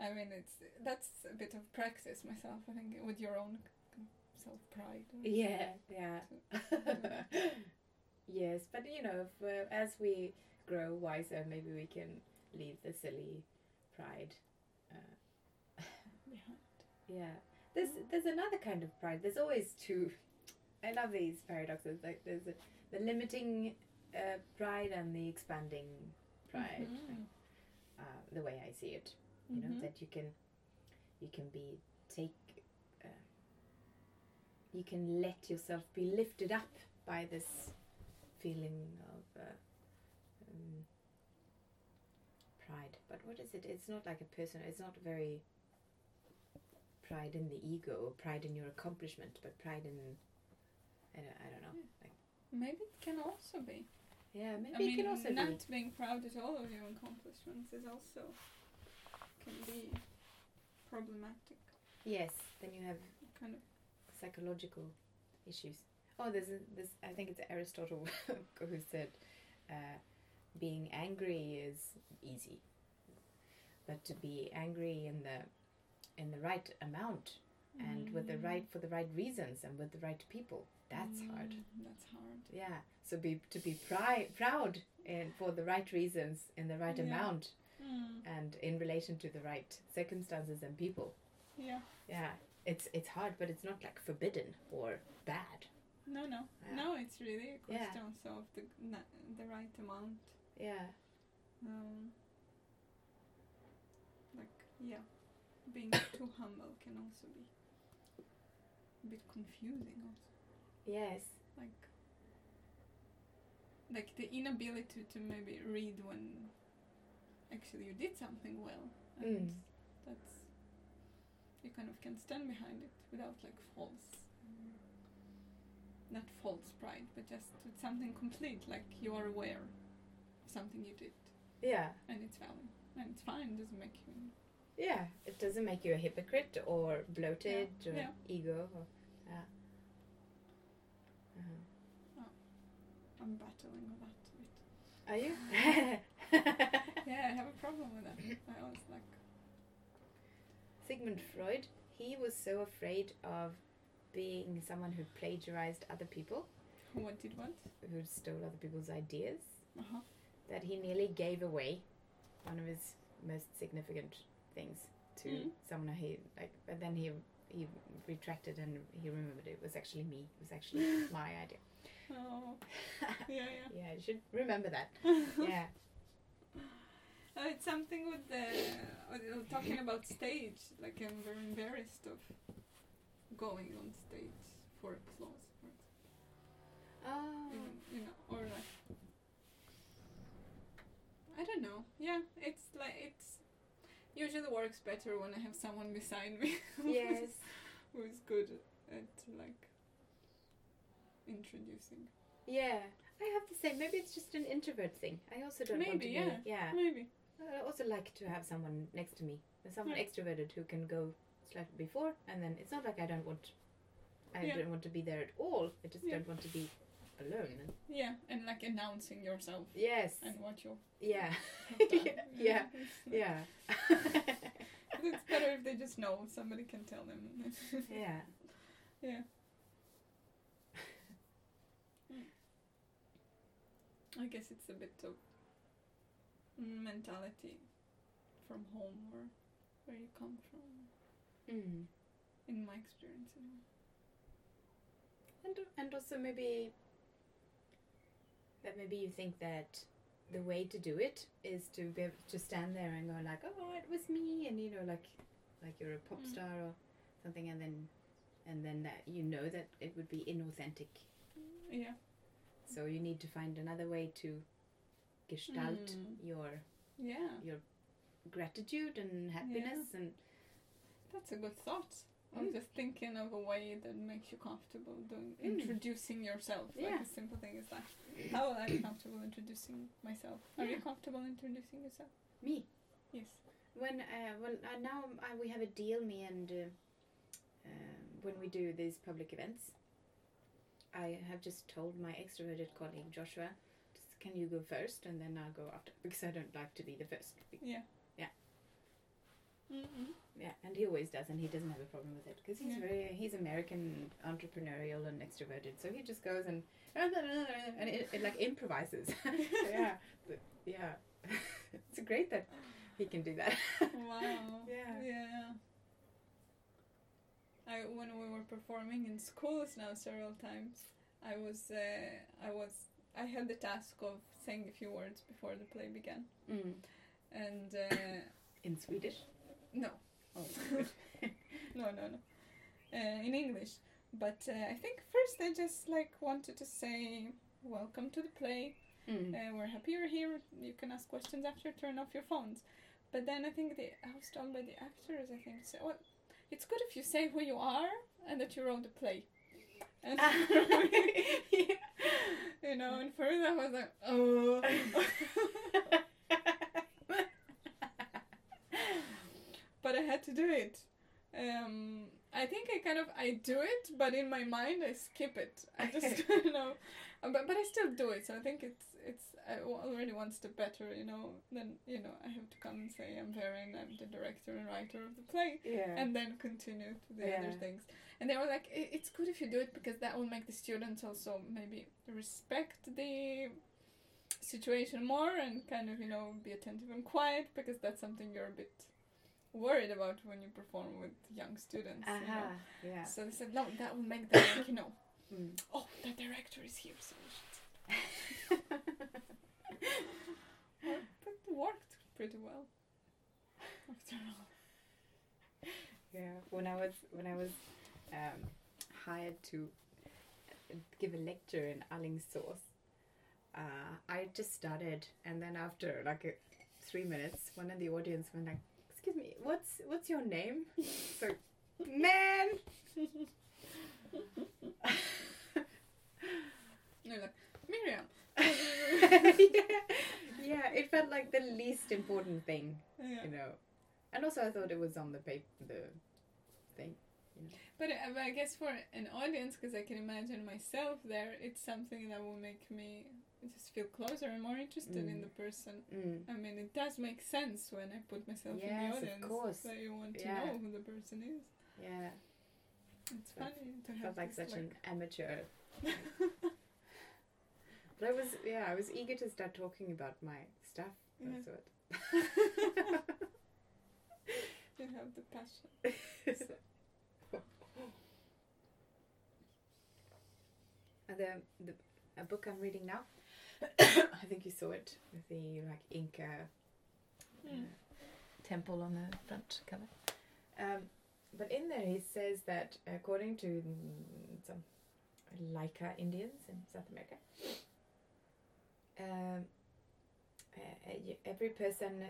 Speaker 2: I mean, it's that's a bit of practice myself. I think with your own self pride.
Speaker 1: Yeah, yeah. yes, but you know, if, uh, as we grow wiser, maybe we can leave the silly pride. Uh, yeah, there's there's another kind of pride. There's always two. I love these paradoxes. Like there's a, the limiting uh, pride and the expanding pride.
Speaker 2: Mm-hmm.
Speaker 1: Uh, the way I see it, you know, that you can you can be take. Uh, you can let yourself be lifted up by this feeling of uh, um, pride. But what is it? It's not like a person. It's not very pride in the ego or pride in your accomplishment, but pride in I don't, I don't
Speaker 2: Mm.
Speaker 1: know. Like,
Speaker 2: Maybe it can also be.
Speaker 1: yeah, maybe
Speaker 2: I mean,
Speaker 1: it can also
Speaker 2: not
Speaker 1: be.
Speaker 2: being proud at all of your accomplishments is also can be problematic.
Speaker 1: Yes, then you have
Speaker 2: Kind of.
Speaker 1: psychological issues. Oh, there's a, this. I think it's Aristotle who said, uh, "Being angry is easy, but to be angry in the in the right amount and with the right for the right reasons and with the right people, that's hard.
Speaker 2: Mm, That's hard.
Speaker 1: Yeah. So be to be pri- proud and for the right reasons in the right
Speaker 2: Yeah.
Speaker 1: amount
Speaker 2: Mm,
Speaker 1: and in relation to the right circumstances and people.
Speaker 2: yeah.
Speaker 1: Yeah. It's it's hard, but it's not like forbidden or bad.
Speaker 2: No, no,
Speaker 1: Yeah.
Speaker 2: no. It's really a
Speaker 1: Yeah.
Speaker 2: question also of the na- the right amount.
Speaker 1: Yeah.
Speaker 2: Um, like yeah, being too humble can also be a bit confusing. Also,
Speaker 1: Yes.
Speaker 2: like like the inability to maybe read when actually you did something well, and
Speaker 1: Mm.
Speaker 2: that's you kind of can stand behind it without like false. um, Not false pride, but just with something complete, like you are aware of something you did
Speaker 1: Yeah.
Speaker 2: and it's valid and it's fine doesn't make you
Speaker 1: Yeah. It doesn't make you a hypocrite or bloated or
Speaker 2: Yeah.
Speaker 1: ego. Or, yeah. Uh-huh.
Speaker 2: i'm battling with that a bit
Speaker 1: Are you?
Speaker 2: yeah i have a problem with that i always like
Speaker 1: Sigmund Freud, he was so afraid of being someone who plagiarized other people,
Speaker 2: who wanted what
Speaker 1: who stole other people's ideas,
Speaker 2: uh-huh
Speaker 1: that he nearly gave away one of his most significant things to
Speaker 2: Mm.
Speaker 1: someone he like but then he he retracted and he remembered it was actually me. It was actually my idea.
Speaker 2: oh yeah yeah
Speaker 1: Yeah, you should remember that. Yeah.
Speaker 2: oh, it's something with the uh, talking about stage like i'm very embarrassed of going on stage for applause for
Speaker 1: Oh.
Speaker 2: you know- you know, or like I don't know. Yeah, it's like it's usually works better when I have someone beside me. who's-
Speaker 1: Mm. Yes.
Speaker 2: who's good at like introducing.
Speaker 1: Yeah. I have to say, maybe it's just an introvert thing. I also don't want to
Speaker 2: Maybe,
Speaker 1: be. Yeah.
Speaker 2: Maybe.
Speaker 1: I also like to have someone next to me, someone
Speaker 2: Yeah.
Speaker 1: extroverted who can go slightly before, and then it's not like I don't want, I
Speaker 2: Yeah.
Speaker 1: don't want to be there at all. I just
Speaker 2: Yeah.
Speaker 1: don't want to be alone. And
Speaker 2: Yeah, and like announcing yourself
Speaker 1: yes.
Speaker 2: and what you
Speaker 1: yeah.
Speaker 2: have done.
Speaker 1: Yeah. Yeah.
Speaker 2: it's better if they just know. Somebody can tell them.
Speaker 1: yeah.
Speaker 2: Yeah. I guess it's a bit of mentality from home or where you come from.
Speaker 1: Mm.
Speaker 2: In my experience, anyway.
Speaker 1: And and also maybe that maybe you think that the way to do it is to be able to stand there and go like, oh, it was me, and you know, like like you're a pop
Speaker 2: Mm.
Speaker 1: star or something, and then and then that you know that it would be inauthentic.
Speaker 2: yeah,
Speaker 1: So you need to find another way to gestalt
Speaker 2: Mm.
Speaker 1: your
Speaker 2: yeah.
Speaker 1: gratitude and happiness and
Speaker 2: That's a good thought. I'm
Speaker 1: Mm.
Speaker 2: just thinking of a way that makes you comfortable doing
Speaker 1: Mm.
Speaker 2: introducing yourself.
Speaker 1: Yeah.
Speaker 2: Like a simple thing is that. How am I comfortable introducing myself? Are you
Speaker 1: Yeah.
Speaker 2: comfortable introducing yourself?
Speaker 1: me.
Speaker 2: Yes.
Speaker 1: When uh, well uh, now uh, we have a deal, me and uh, um, when we do these public events, I have just told my extroverted colleague Joshua, "Just, "Can you go first, and then I'll go after?" Because I don't like to be the first.
Speaker 2: Yeah. Mm-hmm.
Speaker 1: Yeah.
Speaker 2: Mm-mm.
Speaker 1: Yeah, and he always does, and he doesn't have a problem with it because he's
Speaker 2: Yeah.
Speaker 1: very he's American, entrepreneurial, and extroverted. So he just goes and and it, it like improvises. yeah, but- yeah. it's great that he can do that.
Speaker 2: Wow.
Speaker 1: Yeah.
Speaker 2: Yeah. I when we were performing in schools now several times, I was uh, I was I had the task of saying a few words before the play began,
Speaker 1: Mm.
Speaker 2: and uh,
Speaker 1: In Swedish.
Speaker 2: no,
Speaker 1: Oh,
Speaker 2: no, no, no, uh, in English. But uh, I think first I just like wanted to say welcome to the play.
Speaker 1: Mm.
Speaker 2: Uh, we're happy you're here. You can ask questions after. Turn off your phones. But then I think the I was told by the actors. I think to say, well, it's good if you say who you are and that you wrote the play. And you know, and first I was like, oh, but I had to do it. Um, I think I kind of I do it, but in my mind I skip it. I just you know, uh, but but I still do it. So I think it's it's uh, already one step better. You know, then you know I have to come and say I'm Verin. I'm the director and writer of the play
Speaker 1: yeah.
Speaker 2: and then continue to the other
Speaker 1: Yeah.
Speaker 2: things. And they were like, "I- it's good if you do it because that will make the students also maybe respect the situation more and kind of, you know, be attentive and quiet because that's something you're a bit worried about when you perform with young students. you know.
Speaker 1: Aha, Uh-huh, yeah.
Speaker 2: So they said, no, that will make them, like, you know,
Speaker 1: Mm.
Speaker 2: oh, the director is here, so we should. Well, but it worked pretty well. After all.
Speaker 1: yeah. When I was when I was um, hired to give a lecture in Alingsås, uh, I just started, and then after like uh, three minutes, one in the audience went like, "Excuse me, what's what's your name?" so, man.
Speaker 2: And they're like, Miriam.
Speaker 1: yeah, yeah. It felt like the least important thing
Speaker 2: Yeah.
Speaker 1: you know. And also, I thought it was on the paper, the thing.
Speaker 2: But I, but I guess for an audience, because I can imagine myself there, it's something that will make me just feel closer and more interested in
Speaker 1: Mm.
Speaker 2: the person.
Speaker 1: Mm.
Speaker 2: I mean, it does make sense when I put myself in
Speaker 1: Yes,
Speaker 2: the
Speaker 1: of
Speaker 2: audience.
Speaker 1: course.
Speaker 2: That you want to
Speaker 1: Yeah.
Speaker 2: know who the person is.
Speaker 1: Yeah,
Speaker 2: It's
Speaker 1: But
Speaker 2: funny to
Speaker 1: I
Speaker 2: have
Speaker 1: felt like
Speaker 2: this,
Speaker 1: such an amateur. But I was, yeah, I was eager to start talking about my stuff.
Speaker 2: Yeah.
Speaker 1: That's what.
Speaker 2: You have the passion.
Speaker 1: And the, the a book I'm reading now. I think you saw it with the like Inca uh,
Speaker 2: Mm.
Speaker 1: temple on the front cover. Um, but in there, he says that according to mm, some Laika Indians in South America, um, uh, you- every person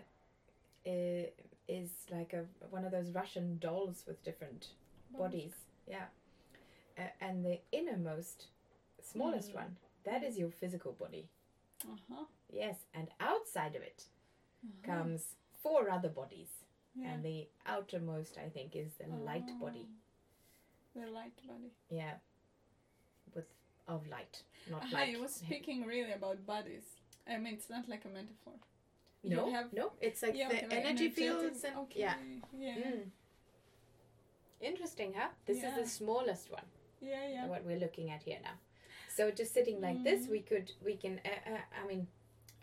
Speaker 1: uh, is like a one of those Russian dolls with different bodies. Yeah. Uh, and the innermost, smallest
Speaker 2: Mm.
Speaker 1: one, that is your physical body.
Speaker 2: Uh huh.
Speaker 1: Yes. And outside of it comes four other bodies.
Speaker 2: Oh. yeah.
Speaker 1: And the outermost, I think, is the light body.
Speaker 2: Oh, The light body.
Speaker 1: Yeah. With of light, not
Speaker 2: Aha,
Speaker 1: like.
Speaker 2: I was speaking really about bodies. I mean, it's not like a metaphor. you
Speaker 1: No,
Speaker 2: have-
Speaker 1: no, it's like
Speaker 2: Yeah,
Speaker 1: the
Speaker 2: okay, like
Speaker 1: energy
Speaker 2: energetic-
Speaker 1: fields and
Speaker 2: okay.
Speaker 1: yeah.
Speaker 2: Yeah.
Speaker 1: Mm. Interesting, huh? This
Speaker 2: Yeah.
Speaker 1: is the smallest one.
Speaker 2: Yeah, yeah.
Speaker 1: What we're looking at here now. So just sitting like this,
Speaker 2: Mm.
Speaker 1: we could we can. Uh, uh, I mean,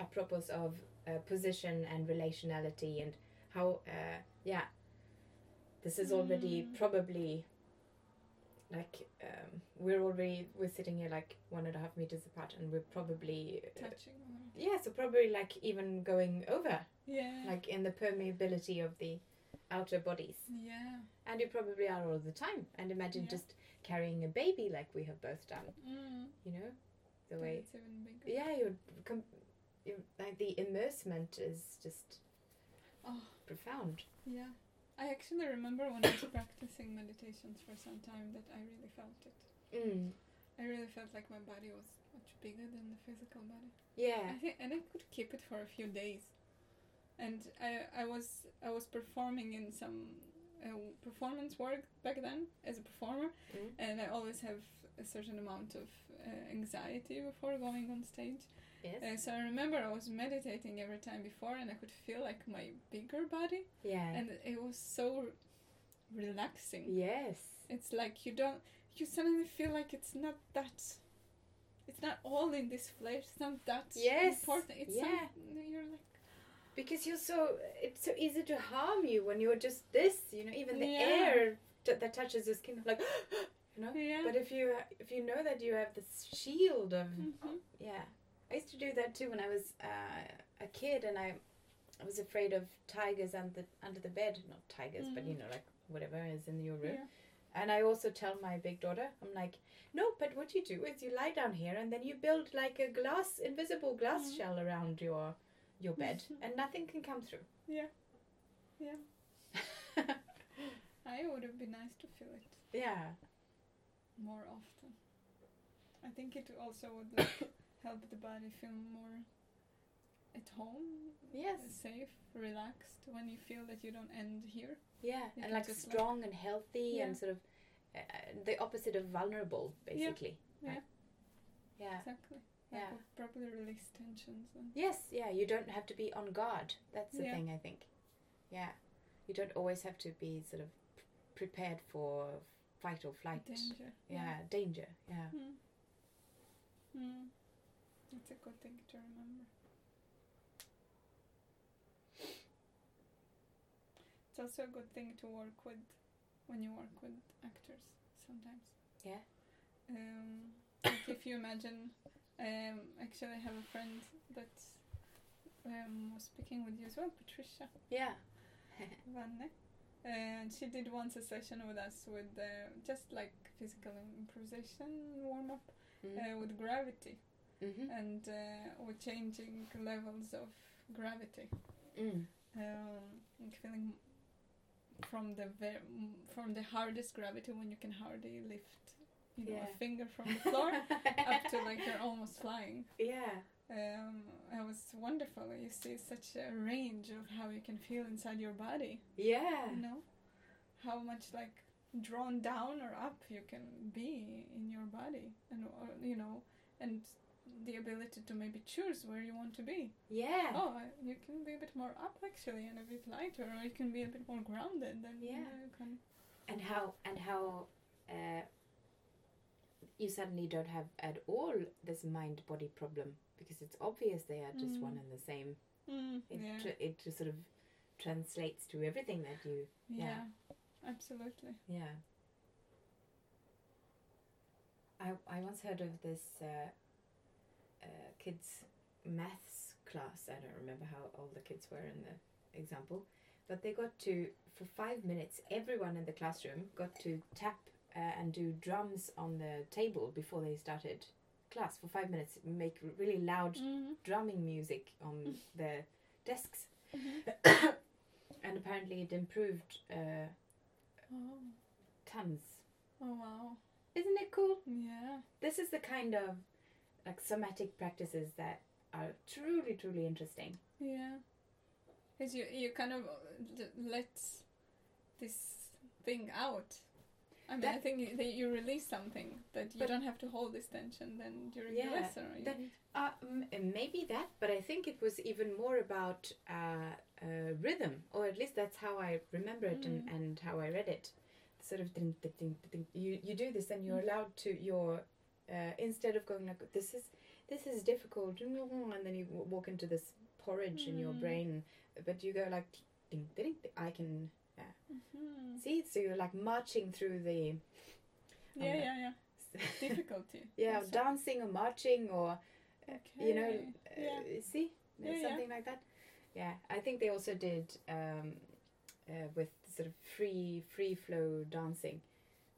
Speaker 1: apropos of uh, position and relationality and how uh, yeah this is already
Speaker 2: Mm.
Speaker 1: probably like um, we're already we're sitting here like one and a half meters apart and we're probably uh,
Speaker 2: touching on it.
Speaker 1: yeah so probably like even going over
Speaker 2: Yeah.
Speaker 1: like in the permeability of the outer bodies
Speaker 2: yeah.
Speaker 1: and you probably are all the time and imagine
Speaker 2: Yeah.
Speaker 1: just carrying a baby like we have both done
Speaker 2: Mm.
Speaker 1: you know the
Speaker 2: Then
Speaker 1: way
Speaker 2: It's even bigger.
Speaker 1: yeah you're, com- you like the immersement is just
Speaker 2: Oh.
Speaker 1: profound
Speaker 2: Yeah. I actually remember when I was practicing meditations for some time that I really felt it.
Speaker 1: mm.
Speaker 2: I really felt like my body was much bigger than the physical body.
Speaker 1: yeah
Speaker 2: I think, and I could keep it for a few days. And I, I was, I was performing in some uh, performance work back then as a performer,
Speaker 1: Mm.
Speaker 2: and I always have a certain amount of uh, anxiety before going on stage.
Speaker 1: yes
Speaker 2: Uh, so I remember I was meditating every time before, and I could feel like my bigger body,
Speaker 1: yeah
Speaker 2: and it was so relaxing.
Speaker 1: yes
Speaker 2: It's like you don't. You suddenly feel like it's not that. It's not all in this flesh. It's not that
Speaker 1: Yes,
Speaker 2: important. It's
Speaker 1: yeah.
Speaker 2: some- you're like
Speaker 1: because you're so it's so easy to harm you when you're just this you know even the
Speaker 2: Yeah.
Speaker 1: air t- that touches your skin like you know
Speaker 2: yeah.
Speaker 1: but if you if you know that you have this shield of
Speaker 2: Mhm.
Speaker 1: Yeah, I used to do that too when I was uh, a kid, and I, I was afraid of tigers under under the bed. Not tigers, but you
Speaker 2: Mhm.
Speaker 1: know, like whatever is in your room.
Speaker 2: Yeah.
Speaker 1: And I also tell my big daughter, I'm like, no, but what you do is you lie down here, and then you build like a glass, invisible glass
Speaker 2: Mhm.
Speaker 1: shell around your your bed, and nothing can come through.
Speaker 2: Yeah. Yeah. I would have been nice to feel it
Speaker 1: yeah.
Speaker 2: more often. I think it also would like help the body feel more at home,
Speaker 1: Yes.
Speaker 2: safe, relaxed when you feel that you don't end here.
Speaker 1: Yeah,
Speaker 2: You
Speaker 1: and
Speaker 2: can
Speaker 1: like
Speaker 2: just, like-
Speaker 1: strong and healthy
Speaker 2: Yeah.
Speaker 1: and sort of uh, the opposite of vulnerable, basically.
Speaker 2: Yeah.
Speaker 1: Yeah.
Speaker 2: Exactly. That
Speaker 1: Yeah.
Speaker 2: would probably release tensions and
Speaker 1: Yes, yeah, you don't have to be on guard. That's the
Speaker 2: Yeah.
Speaker 1: thing I think. Yeah. You don't always have to be sort of p- prepared for fight or flight.
Speaker 2: danger.
Speaker 1: Yeah, danger. Yeah.
Speaker 2: Mm. Mm. It's a good thing to remember. It's also a good thing to work with when you work with actors sometimes.
Speaker 1: Yeah.
Speaker 2: Um, like if you imagine, um, actually, I have a friend that um, was speaking with you as well, Patricia.
Speaker 1: Yeah.
Speaker 2: Vanne. And she did once a session with us with uh, just like physical improvisation warm up uh, with gravity
Speaker 1: Mm-hmm.
Speaker 2: and uh, with changing levels of gravity.
Speaker 1: Mm.
Speaker 2: Um, like feeling from the ver- m- from the hardest gravity when you can hardly lift you know,
Speaker 1: Yeah.
Speaker 2: a finger from the floor up to like you're almost flying.
Speaker 1: Yeah.
Speaker 2: Um, it was wonderful. You see such a range of how you can feel inside your body
Speaker 1: Yeah.
Speaker 2: you know how much like drawn down or up you can be in your body and or, you know and the ability to maybe choose where you want to be
Speaker 1: Yeah.
Speaker 2: oh I- you can be a bit more up actually and a bit lighter or you can be a bit more grounded and you
Speaker 1: Yeah.
Speaker 2: know, you can
Speaker 1: And how and how uh, you suddenly don't have at all this mind body problem because it's obvious they are just
Speaker 2: Mm.
Speaker 1: one and the same.
Speaker 2: Mm,
Speaker 1: It
Speaker 2: yeah,
Speaker 1: tr- it just sort of translates to everything that you
Speaker 2: yeah
Speaker 1: yeah.
Speaker 2: absolutely
Speaker 1: Yeah. I I once heard of this uh, uh, kids maths class. I don't remember how old the kids were in the example, but they got to for five minutes. Everyone in the classroom got to tap uh, and do drums on the table before they started class for five minutes. Make really loud
Speaker 2: mm
Speaker 1: drumming music on the desks, and apparently it improved uh,
Speaker 2: oh,
Speaker 1: tons.
Speaker 2: oh wow
Speaker 1: Isn't it cool?
Speaker 2: yeah
Speaker 1: this is the kind of like somatic practices that are truly truly interesting
Speaker 2: Yeah, because you you kind of uh, l- let this thing out. I mean, I
Speaker 1: That-
Speaker 2: think you, that you release something that you
Speaker 1: But-
Speaker 2: don't have to hold this tension then during
Speaker 1: Yeah,
Speaker 2: the lesson. Or you,
Speaker 1: that- uh, m- maybe that but i think it was even more about uh, uh, rhythm or at least that's how i remember it and,
Speaker 2: Mm.
Speaker 1: and how i read it sort of ding, ding, ding, ding. You, you do this and you're allowed to you're uh, instead of going like this is this is difficult and then you w- walk into this porridge in your
Speaker 2: Mm.
Speaker 1: brain but you go like ding, ding, ding, I can
Speaker 2: Mhm.
Speaker 1: see it. So you're like marching through the
Speaker 2: Yeah, yeah, yeah. Difficulty.
Speaker 1: yeah,
Speaker 2: also.
Speaker 1: dancing or marching or
Speaker 2: Okay.
Speaker 1: you know, uh,
Speaker 2: yeah.
Speaker 1: see
Speaker 2: Yeah, yeah.
Speaker 1: something like that. Yeah, I think they also did um, uh, with sort of free free flow dancing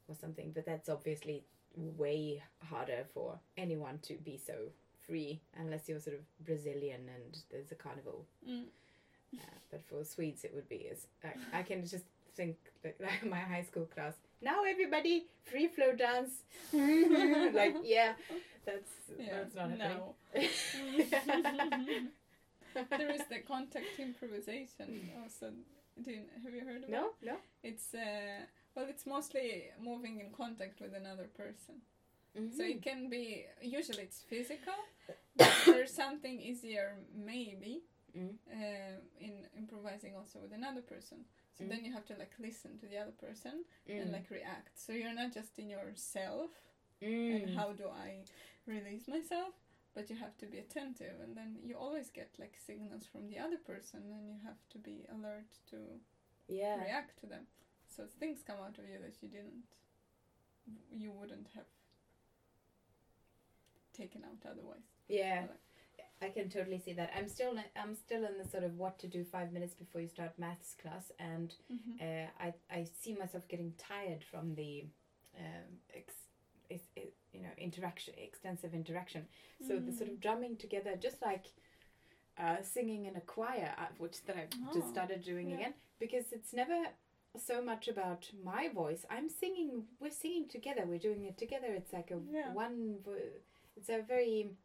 Speaker 1: or something, but that's obviously way harder for anyone to be so free unless you're sort of Brazilian and there's a carnival.
Speaker 2: Mm.
Speaker 1: Uh, but for Swedes, it would be as I, I can just think like, like my high school class. Now everybody free flow dance, like yeah, that's
Speaker 2: Yeah,
Speaker 1: that's not happening.
Speaker 2: no. there is the contact improvisation also. Do you, have you heard of it?
Speaker 1: No, no.
Speaker 2: It's uh, well, it's mostly moving in contact with another person.
Speaker 1: Mm-hmm.
Speaker 2: So
Speaker 1: Mm.
Speaker 2: it can be usually it's physical. but there's something easier maybe
Speaker 1: Mm.
Speaker 2: uh, in improvising also with another person. So
Speaker 1: Mm.
Speaker 2: then you have to like listen to the other person
Speaker 1: Mm-hmm.
Speaker 2: and like react. So you're not just in yourself
Speaker 1: Mm-hmm. Hmm.
Speaker 2: and how do I release myself, but you have to be attentive and then you always get like signals from the other person and you have to be alert to
Speaker 1: yeah
Speaker 2: react to them. So things come out of you that you didn't, you wouldn't have taken out otherwise.
Speaker 1: yeah I can totally see that. I'm still I'm still in the sort of what to do five minutes before you start maths class, and
Speaker 2: Mhm.
Speaker 1: uh, I I see myself getting tired from the um, ex, is- is- you know interaction extensive interaction. So the
Speaker 2: Mm.
Speaker 1: sort of drumming together, just like uh, singing in a choir, uh, which that I've just
Speaker 2: Oh,
Speaker 1: started doing
Speaker 2: yeah.
Speaker 1: again, because it's never so much about my voice. I'm singing. We're singing together. We're doing it together. It's like a
Speaker 2: Yeah.
Speaker 1: one. vo- It's a very.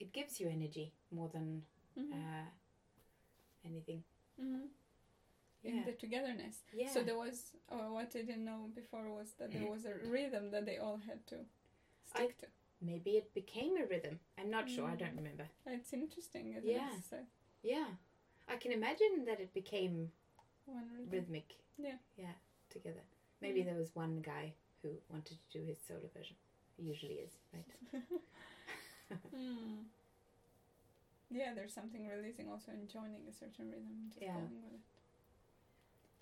Speaker 1: It gives you energy more than
Speaker 2: Mhm.
Speaker 1: uh, anything.
Speaker 2: Mhm.
Speaker 1: Yeah.
Speaker 2: in the togetherness.
Speaker 1: Yeah. Mm-hmm.
Speaker 2: So there was oh, what I didn't know before was that there was a rhythm that they all had to
Speaker 1: I-
Speaker 2: stick to.
Speaker 1: Maybe it became a rhythm. I'm not sure. I don't
Speaker 2: Mm.
Speaker 1: remember.
Speaker 2: It's interesting. Isn't
Speaker 1: Yeah.
Speaker 2: It? So,
Speaker 1: Yeah. I can imagine that it became
Speaker 2: one rhythm.
Speaker 1: rhythmic.
Speaker 2: Yeah.
Speaker 1: Yeah, together. Maybe
Speaker 2: Mm.
Speaker 1: there was one guy who wanted to do his solo version. He usually is, right?
Speaker 2: Mm.
Speaker 1: Hmm.
Speaker 2: Yeah, there's something releasing also in joining a certain rhythm, just
Speaker 1: Yeah.
Speaker 2: going with it.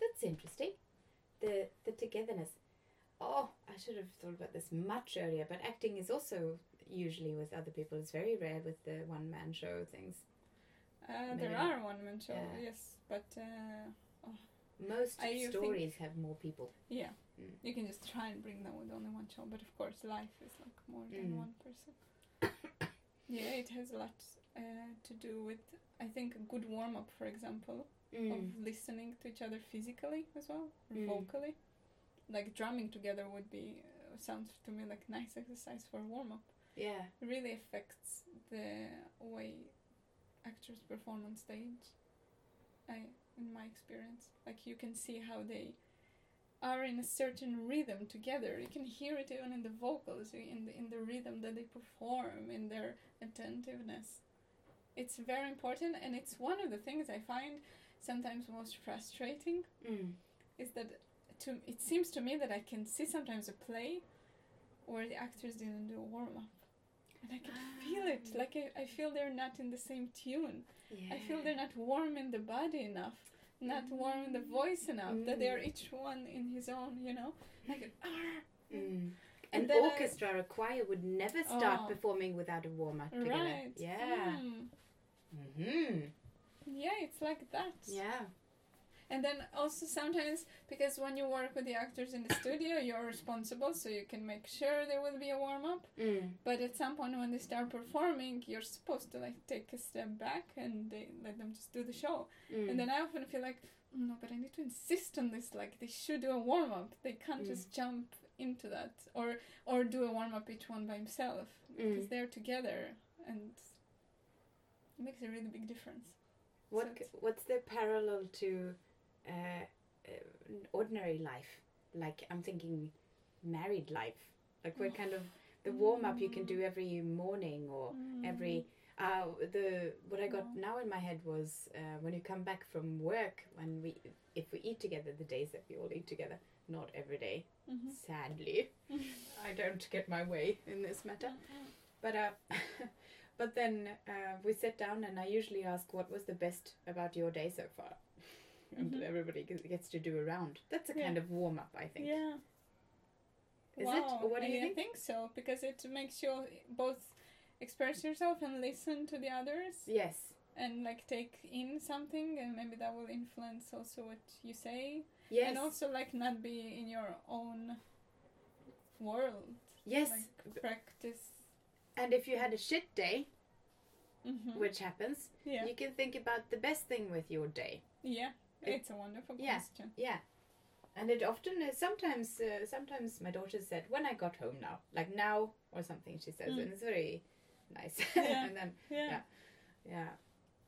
Speaker 1: That's interesting. The the togetherness. Oh, I should have thought about this much earlier, but acting is also usually with other people. It's very rare with the one man show things.
Speaker 2: Uh,
Speaker 1: Maybe.
Speaker 2: there are one man show,
Speaker 1: Yeah.
Speaker 2: yes, but uh,
Speaker 1: Most
Speaker 2: I think-
Speaker 1: stories have more people.
Speaker 2: yeah,
Speaker 1: Mm.
Speaker 2: you can just try and bring them with only one show. But of course, life is like more than
Speaker 1: Mm.
Speaker 2: one person. yeah, it has a lot uh, to do with I think a good warm up, for example, of listening to each other physically as well, or
Speaker 1: Mm.
Speaker 2: vocally. Like drumming together would be uh, sounds to me like nice exercise for warm up.
Speaker 1: Yeah.
Speaker 2: It really affects the way actors perform on stage. I, in my experience, like you can see how they are in a certain rhythm together. You can hear it even in the vocals, i- in the, in the rhythm that they perform, in their attentiveness. It's very important, and it's one of the things I find sometimes most frustrating
Speaker 1: Mm.
Speaker 2: is that to it seems to me that I can see sometimes a play where the actors didn't do a warm up. And I can feel it.
Speaker 1: Ah.
Speaker 2: Like I, I feel they're not in the same tune.
Speaker 1: Yeah.
Speaker 2: I feel they're not warm in the body enough, not warm in the
Speaker 1: Mm.
Speaker 2: voice enough. That they are each one in his own, you know? Like ah,
Speaker 1: Mm.
Speaker 2: And
Speaker 1: An
Speaker 2: then I-
Speaker 1: orchestra or choir would never start
Speaker 2: Oh.
Speaker 1: performing without a warm up together.
Speaker 2: right.
Speaker 1: Yeah.
Speaker 2: Mm.
Speaker 1: hmm
Speaker 2: Yeah, it's like that.
Speaker 1: Yeah.
Speaker 2: And then also sometimes because when you work with the actors in the studio you're responsible so you can make sure there will be a warm up.
Speaker 1: Mm.
Speaker 2: But at some point when they start performing, you're supposed to like take a step back and they let them just do the show.
Speaker 1: Mm.
Speaker 2: And then I often feel like, "Oh, no, but I need to insist on this. Like they should do a warm up. They can't
Speaker 1: Mm.
Speaker 2: just jump into that or or do a warm up each one by himself because
Speaker 1: Mm.
Speaker 2: they're together and it makes a really big difference.
Speaker 1: What
Speaker 2: So
Speaker 1: c-
Speaker 2: it's-
Speaker 1: what's the parallel to uh, uh, ordinary life? Like I'm thinking, married life. Like
Speaker 2: Oh.
Speaker 1: what kind of the warm up you can
Speaker 2: Mm.
Speaker 1: do every morning or every uh, the what I got
Speaker 2: No.
Speaker 1: now in my head was uh, when you come back from work when we if we eat together the days that we all eat together not every day
Speaker 2: Mhm.
Speaker 1: sadly I don't get my way in this matter but uh, but then uh, we sit down and I usually ask what was the best about your day so far and
Speaker 2: Mhm.
Speaker 1: everybody gets- gets to do a round. That's a
Speaker 2: Yeah.
Speaker 1: kind of warm up, I think.
Speaker 2: Yeah.
Speaker 1: Is it?
Speaker 2: wow.
Speaker 1: Or what do
Speaker 2: I
Speaker 1: you
Speaker 2: didn't
Speaker 1: think?
Speaker 2: so because it makes you both express yourself and listen to the others
Speaker 1: Yes.
Speaker 2: and like take in something and maybe that will influence also what you say
Speaker 1: Yes.
Speaker 2: and also like not be in your own world.
Speaker 1: yes.
Speaker 2: Like practice.
Speaker 1: And if you had a shit day,
Speaker 2: Mhm.
Speaker 1: which happens,
Speaker 2: Mm-hmm. Yeah.
Speaker 1: you can think about the best thing with your day.
Speaker 2: Yeah.
Speaker 1: It-
Speaker 2: It's a wonderful
Speaker 1: yeah.
Speaker 2: question.
Speaker 1: Yeah. And it often is sometimes uh, sometimes my daughter said when I got home now like now or something she says
Speaker 2: Mm.
Speaker 1: and it's very nice
Speaker 2: Yeah.
Speaker 1: and then
Speaker 2: Yeah.
Speaker 1: yeah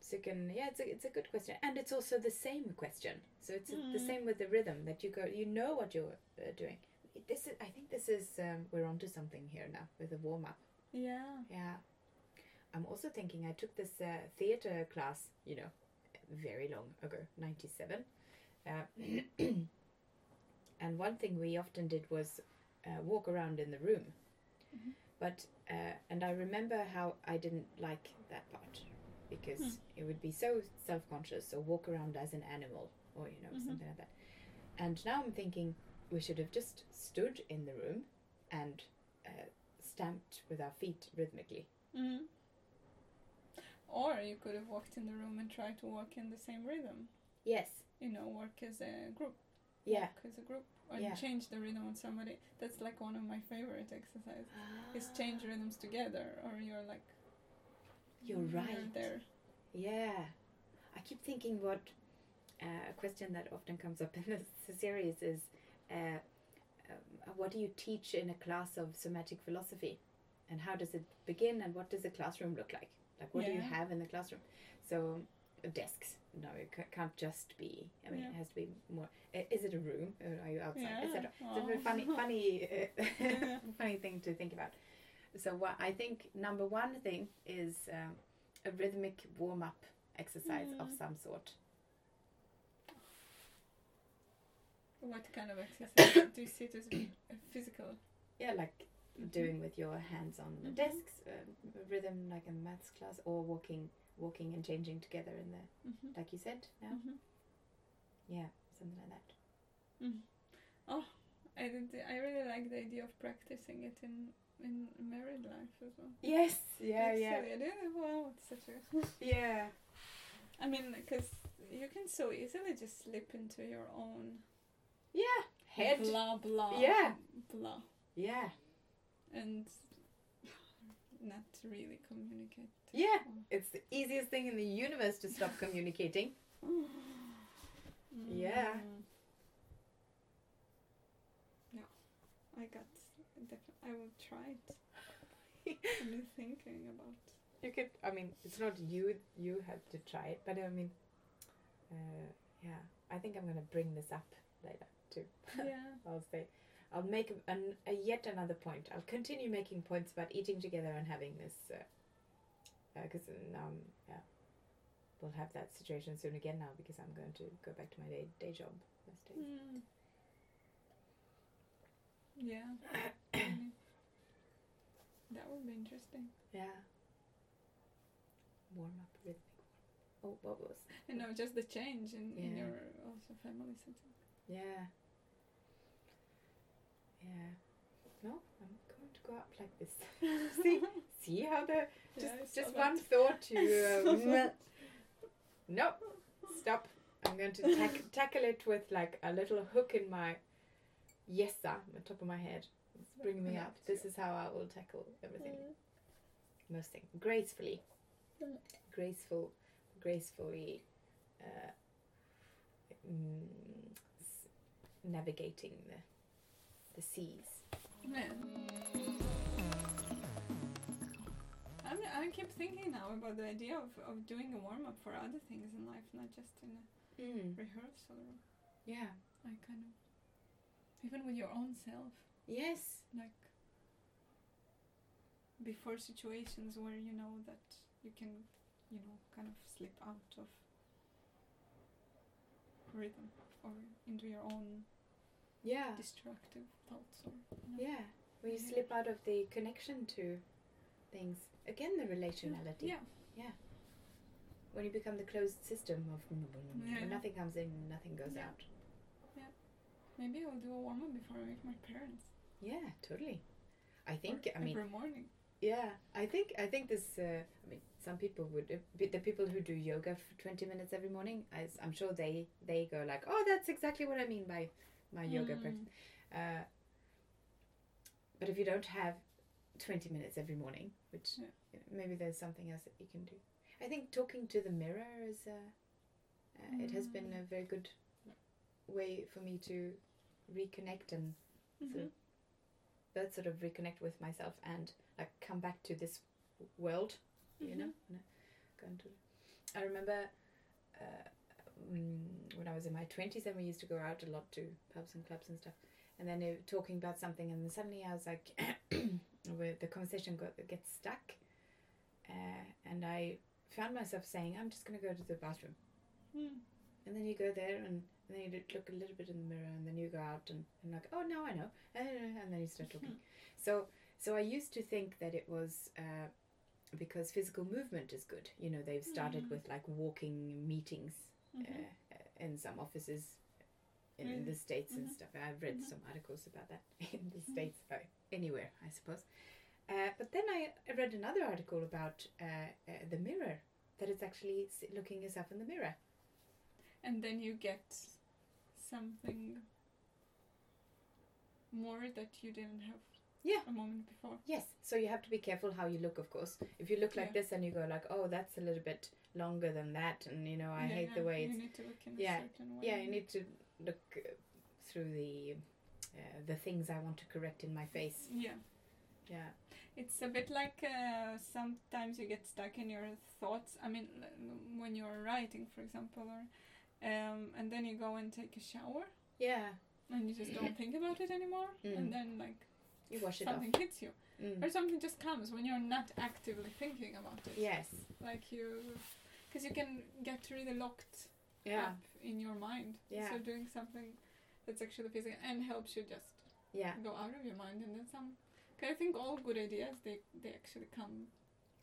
Speaker 1: so you can yeah it's a, it's a good question and it's also the same question so it's the
Speaker 2: Mm.
Speaker 1: same with the rhythm that you go you know what you're uh, doing this is I think this is um, we're onto something here now with the warm up
Speaker 2: Yeah.
Speaker 1: yeah. I'm also thinking I took this uh, theater class, you know, very long ago, 97. Uh, and one thing we often did was uh, walk around in the room.
Speaker 2: Mhm.
Speaker 1: But, uh, and I remember how I didn't like that part because it would be so self conscious or walk around as an animal or, you know,
Speaker 2: Mhm.
Speaker 1: something like that. And now I'm thinking we should have just stood in the room and uh, stamped with our feet rhythmically.
Speaker 2: Mm. Or you could have walked in the room and tried to walk in the same rhythm.
Speaker 1: Yes.
Speaker 2: You know, work as a group.
Speaker 1: Yeah.
Speaker 2: Work as a group. Or
Speaker 1: Yeah.
Speaker 2: change the rhythm on somebody. That's like one of my favorite exercises. Is change rhythms together, or you're like. Mm,
Speaker 1: You're right.
Speaker 2: there.
Speaker 1: Yeah. I keep thinking what uh, a question that often comes up in this series is uh, um, what do you teach in a class of somatic philosophy? And how does it begin? And what does the classroom look like? Like, what do you
Speaker 2: Yeah.
Speaker 1: have in the classroom? So, uh, desks. No, it ca- can't just be. I mean,
Speaker 2: Yeah.
Speaker 1: it has to be more. i- Is it a room? Or are you outside?
Speaker 2: Yeah.
Speaker 1: Etc. It's a
Speaker 2: Wow.
Speaker 1: very funny, funny, uh,
Speaker 2: Yeah.
Speaker 1: funny thing to think about. So what I think number one thing is um, a rhythmic warm up exercise of
Speaker 2: Mm.
Speaker 1: some sort.
Speaker 2: What kind of exercise do you see it as a a physical?
Speaker 1: Yeah, like
Speaker 2: Mhm.
Speaker 1: doing with your hands on the
Speaker 2: Mhm.
Speaker 1: desks, um, a rhythm like in maths class, or walking, walking and changing together in the
Speaker 2: Mhm.
Speaker 1: like you said now.
Speaker 2: Mhm.
Speaker 1: Yeah, something like that.
Speaker 2: Mm-hmm. Oh, I did, I really like the idea of practicing it in in married life as well.
Speaker 1: Yes. Yeah.
Speaker 2: It's
Speaker 1: yeah.
Speaker 2: so- it is- wow, it's such a
Speaker 1: Yeah.
Speaker 2: I mean, because you can so easily just slip into your own
Speaker 1: Yeah. Head.
Speaker 2: blah blah
Speaker 1: Yeah.
Speaker 2: blah
Speaker 1: Yeah.
Speaker 2: and not really communicate. Oh.
Speaker 1: Yeah. It's the easiest thing in the universe to stop communicating. Yeah.
Speaker 2: Mm. No, I got. defi- I will try it. I'm really thinking about.
Speaker 1: You could. I mean, it's not you. You have to try it, but I mean, uh, yeah. I think I'm gonna bring this up later too.
Speaker 2: Yeah.
Speaker 1: I'll say, I'll make an, a yet another point. I'll continue making points about eating together and having this, because uh, 'cause, um, yeah, we'll have that situation soon again now because I'm going to go back to my day day job. Those days.
Speaker 2: Mm. Yeah. really. that would be interesting.
Speaker 1: Yeah. Warm up rhythmic. warm- Oh, what was?
Speaker 2: I know, just the change in, in
Speaker 1: Yeah.
Speaker 2: your also family setting.
Speaker 1: Yeah. Yeah. No, I'm going to go up like this. see, see how the just
Speaker 2: Yeah, I saw
Speaker 1: just
Speaker 2: that.
Speaker 1: one thought you.
Speaker 2: saw
Speaker 1: Uh, no, stop. I'm going to tack, tackle it with like a little hook in my yesa, the top of my head. It's bringing me up.
Speaker 2: Connects
Speaker 1: This
Speaker 2: you.
Speaker 1: is how I will tackle everything, most things gracefully,
Speaker 2: Mm.
Speaker 1: graceful, gracefully. Uh, mm, s- navigating the the seas.
Speaker 2: Yeah. I mean, I keep thinking now about the idea of, of doing a warm up for other things in life, not just in a rehearsal room.
Speaker 1: Yeah.
Speaker 2: I kind of, even with your own self,
Speaker 1: Yes.
Speaker 2: like before situations where you know that you can, you know, kind of slip out of rhythm or into your own
Speaker 1: Yeah.
Speaker 2: destructive thoughts or
Speaker 1: Yeah. Where you
Speaker 2: Yeah.
Speaker 1: slip out of the connection to things. Again, the relationality.
Speaker 2: yeah
Speaker 1: Yeah. when you become the closed system of
Speaker 2: Yeah.
Speaker 1: nothing comes in, nothing goes
Speaker 2: Yeah.
Speaker 1: out.
Speaker 2: Maybe I'll do a warm up before I meet my parents.
Speaker 1: Yeah, totally. I think.
Speaker 2: Or
Speaker 1: I mean,
Speaker 2: every morning.
Speaker 1: yeah. I think. I think this. Uh, I mean, some people would. uh, The people who do yoga for twenty minutes every morning, I, I'm sure they they go like, oh, that's exactly what I mean by my yoga
Speaker 2: Mm.
Speaker 1: practice. Uh, but if you don't have 20 minutes every morning, which
Speaker 2: Yeah.
Speaker 1: you know, maybe there's something else that you can do. I think talking to the mirror is a, uh, it has been a very good way for me to reconnect and
Speaker 2: Mhm.
Speaker 1: so- that sort of reconnect with myself and like come back to this world, you
Speaker 2: Mm-hmm.
Speaker 1: know. and, uh, go into- I remember uh, mm, when I was in my twenties, and we used to go out a lot to pubs and clubs and stuff. And then they were talking about something, and then suddenly I was like, where the conversation got gets stuck, uh, and I found myself saying, "I'm just gonna go to the bathroom."
Speaker 2: Mm.
Speaker 1: And then you go there and, and then you look- look a little bit in the mirror and then you go out and, and like, oh, now I know. Uh, And then you start talking. so, so I used to think that it was uh, because physical movement is good. You know, they've started
Speaker 2: Mm.
Speaker 1: with like walking meetings
Speaker 2: Mhm.
Speaker 1: uh, uh, in some offices in
Speaker 2: Really?
Speaker 1: the States and
Speaker 2: Mhm.
Speaker 1: stuff. I've read
Speaker 2: Mhm.
Speaker 1: some articles about that in
Speaker 2: Mm-hmm.
Speaker 1: the States, uh, anywhere, I suppose. Uh, but then I I read another article about uh, uh, the mirror, that it's actually s- looking yourself in the mirror.
Speaker 2: and then you get something more that you didn't have
Speaker 1: Yeah.
Speaker 2: a moment before.
Speaker 1: Yes, so you have to be careful how you look, of course. If you look like
Speaker 2: Yeah.
Speaker 1: this and you go like, "Oh, that's a little bit longer than that," and you know, Oh, I
Speaker 2: Yeah,
Speaker 1: hate the
Speaker 2: yeah,
Speaker 1: way
Speaker 2: you
Speaker 1: it's.
Speaker 2: need to look in
Speaker 1: yeah,
Speaker 2: a certain way.
Speaker 1: Yeah, you need to look uh, through the uh, the things I want to correct in my face.
Speaker 2: Yeah,
Speaker 1: Yeah,
Speaker 2: it's a bit like uh, sometimes you get stuck in your thoughts. I mean, l- l- when you're writing, for example, or um, and then you go and take a shower
Speaker 1: yeah,
Speaker 2: and you just don't think about it anymore,
Speaker 1: Mm-hmm. Mm.
Speaker 2: and then like
Speaker 1: you wash it
Speaker 2: something hits you,
Speaker 1: off. Mm.
Speaker 2: or something just comes when you're not actively thinking about it.
Speaker 1: Yes,
Speaker 2: like you, because you can get really locked
Speaker 1: yeah,
Speaker 2: up in your mind.
Speaker 1: Yeah.
Speaker 2: So doing something that's actually physical and helps you just
Speaker 1: yeah,
Speaker 2: go out of your mind and then some. Cause I think all good ideas they they actually come.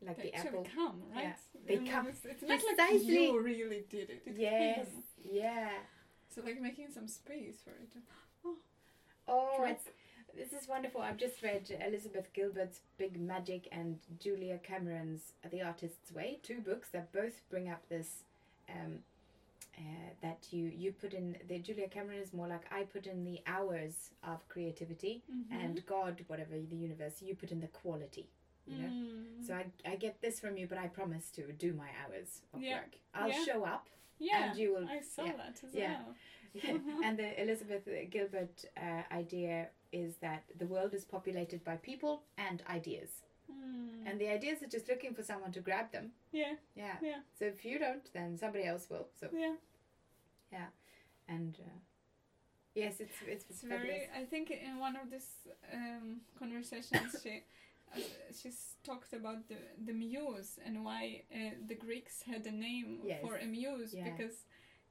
Speaker 1: like
Speaker 2: they
Speaker 1: the
Speaker 2: actually
Speaker 1: apple.
Speaker 2: come, right?
Speaker 1: they
Speaker 2: You know,
Speaker 1: come.
Speaker 2: It's, it's not like
Speaker 1: Precisely.
Speaker 2: you really did it. it
Speaker 1: Yes,
Speaker 2: came.
Speaker 1: yeah.
Speaker 2: So like making some space for it.
Speaker 1: Oh,
Speaker 2: True.
Speaker 1: it's this is wonderful. I've just read Elizabeth Gilbert's Big Magic and Julia Cameron's The Artist's Way, two books that both bring up this um, uh, that you you put in. The Julia Cameron is more like I put in the hours of creativity,
Speaker 2: Mm-hmm.
Speaker 1: and God, whatever the universe, you put in the quality. You know.
Speaker 2: Mm.
Speaker 1: So I, I get this from you, but I promise to do my hours of
Speaker 2: Yeah.
Speaker 1: work. I'll
Speaker 2: Yeah.
Speaker 1: show up,
Speaker 2: yeah,
Speaker 1: and you will
Speaker 2: I saw
Speaker 1: yeah.
Speaker 2: that as
Speaker 1: Yeah.
Speaker 2: well.
Speaker 1: and the Elizabeth Gilbert uh, idea is that the world is populated by people and ideas,
Speaker 2: Mm.
Speaker 1: and the ideas are just looking for someone to grab them.
Speaker 2: yeah,
Speaker 1: Yeah.
Speaker 2: Yeah.
Speaker 1: So if you don't, then somebody else will. So
Speaker 2: yeah.
Speaker 1: and uh, yes, it's it's,
Speaker 2: It's
Speaker 1: fabulous.
Speaker 2: very. I think in one of these um, conversations, she uh, she's talked about the the muse and why uh, the Greeks had a name
Speaker 1: Yes.
Speaker 2: for a muse
Speaker 1: Yeah.
Speaker 2: because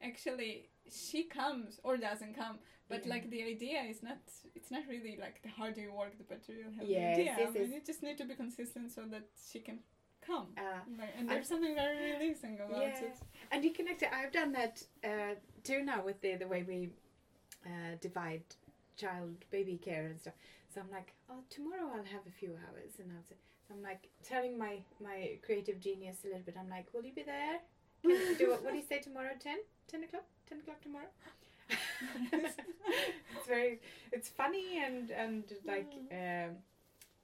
Speaker 2: actually she comes or doesn't come, but
Speaker 1: Yeah.
Speaker 2: like the idea is not. It's not really like the harder you work, the better you'll have
Speaker 1: Yes,
Speaker 2: the idea.
Speaker 1: yes,
Speaker 2: I mean,
Speaker 1: yes.
Speaker 2: you just need to be consistent so that she can come.
Speaker 1: Uh,
Speaker 2: Like, And
Speaker 1: I-
Speaker 2: there's something very releasing about
Speaker 1: Yeah.
Speaker 2: it.
Speaker 1: and you connect it. I've done that uh, too now with the the way we uh, divide child baby care and stuff. So I'm like, oh, tomorrow I'll have a few hours, and I'll say, so I'm like telling my my creative genius a little bit. I'm like, will you be there? Can you do what, what do you say tomorrow? 10? 10 o'clock? Ten o'clock tomorrow? it's very, it's funny and and like um,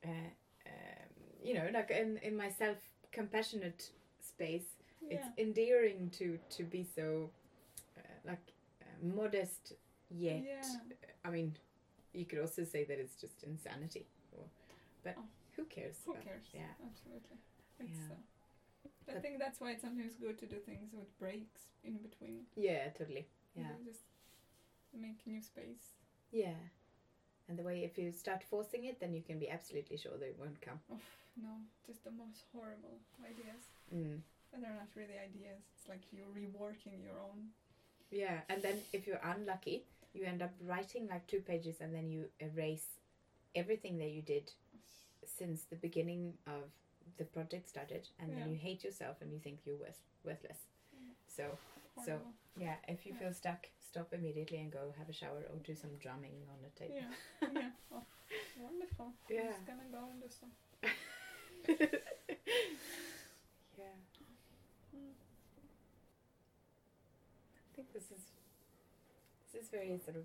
Speaker 1: uh, um, you know like in in my self compassionate space it's
Speaker 2: Yeah.
Speaker 1: endearing to to be so uh, like uh, modest yet
Speaker 2: Yeah.
Speaker 1: i mean you could also say that it's just insanity or, but
Speaker 2: Oh.
Speaker 1: who cares
Speaker 2: Who
Speaker 1: about-
Speaker 2: cares?
Speaker 1: yeah.
Speaker 2: absolutely. It's,
Speaker 1: Yeah.
Speaker 2: uh, I
Speaker 1: But-
Speaker 2: think that's why it's sometimes good to do things with breaks in between.
Speaker 1: yeah totally
Speaker 2: you
Speaker 1: yeah
Speaker 2: know, just make new space.
Speaker 1: yeah and the way if you start forcing it then you can be absolutely sure they won't come
Speaker 2: Oh, no, just the most horrible ideas.
Speaker 1: mm.
Speaker 2: And they're not really ideas. It's like you're reworking your own.
Speaker 1: Yeah, and then if you're unlucky, you end up writing like two pages and then you erase everything that you did since the beginning of
Speaker 3: the project started, and
Speaker 2: Yeah.
Speaker 3: then you hate yourself and you think you're worth, worthless.
Speaker 2: Yeah.
Speaker 3: So
Speaker 2: Horrible.
Speaker 3: yeah, if you
Speaker 2: Yeah.
Speaker 3: feel stuck, stop immediately and go have a shower or do some drumming on the table.
Speaker 2: yeah, yeah. Oh, wonderful. I'm
Speaker 3: Yeah.
Speaker 2: just gonna go and do some.
Speaker 3: Yeah. Hmm.
Speaker 2: Mm.
Speaker 3: I think this is this is very sort of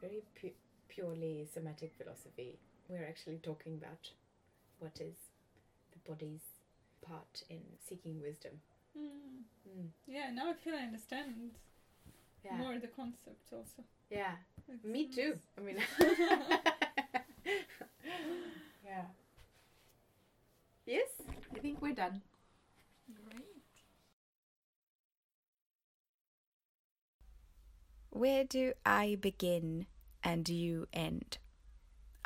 Speaker 3: very pu- purely somatic philosophy. We're actually talking about what is the body's part in seeking wisdom.
Speaker 2: Mm.
Speaker 3: Mm.
Speaker 2: Yeah, now I feel I understand
Speaker 3: Yeah.
Speaker 2: more the concept also.
Speaker 3: Yeah.
Speaker 2: It's
Speaker 3: Me
Speaker 2: nice.
Speaker 3: too. I mean. yeah. Yes, I think we're done.
Speaker 2: Great.
Speaker 1: Where do I begin and you end?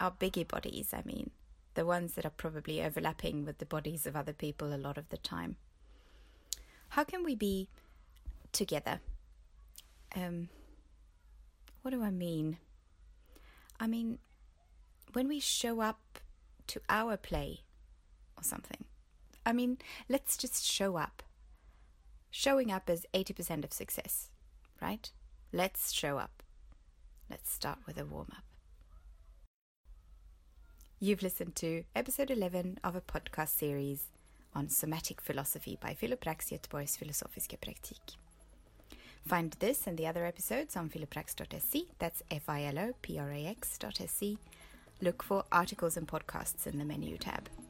Speaker 1: Our biggie bodies, I mean, the ones that are probably overlapping with the bodies of other people a lot of the time. How can we be together? Um, what do I mean? I mean, when we show up to our play or something. I mean, let's just show up. Showing up is 80% of success, right? Let's show up. Let's start with a warm up. You've listened to episode 11 of a podcast series on somatic philosophy by Filoprax Göteborgs Filosofiska Praktik. Find this and the other episodes on filoprax.se, E. that's F E. I L O P R A X.se. Look for articles and podcasts in the menu tab.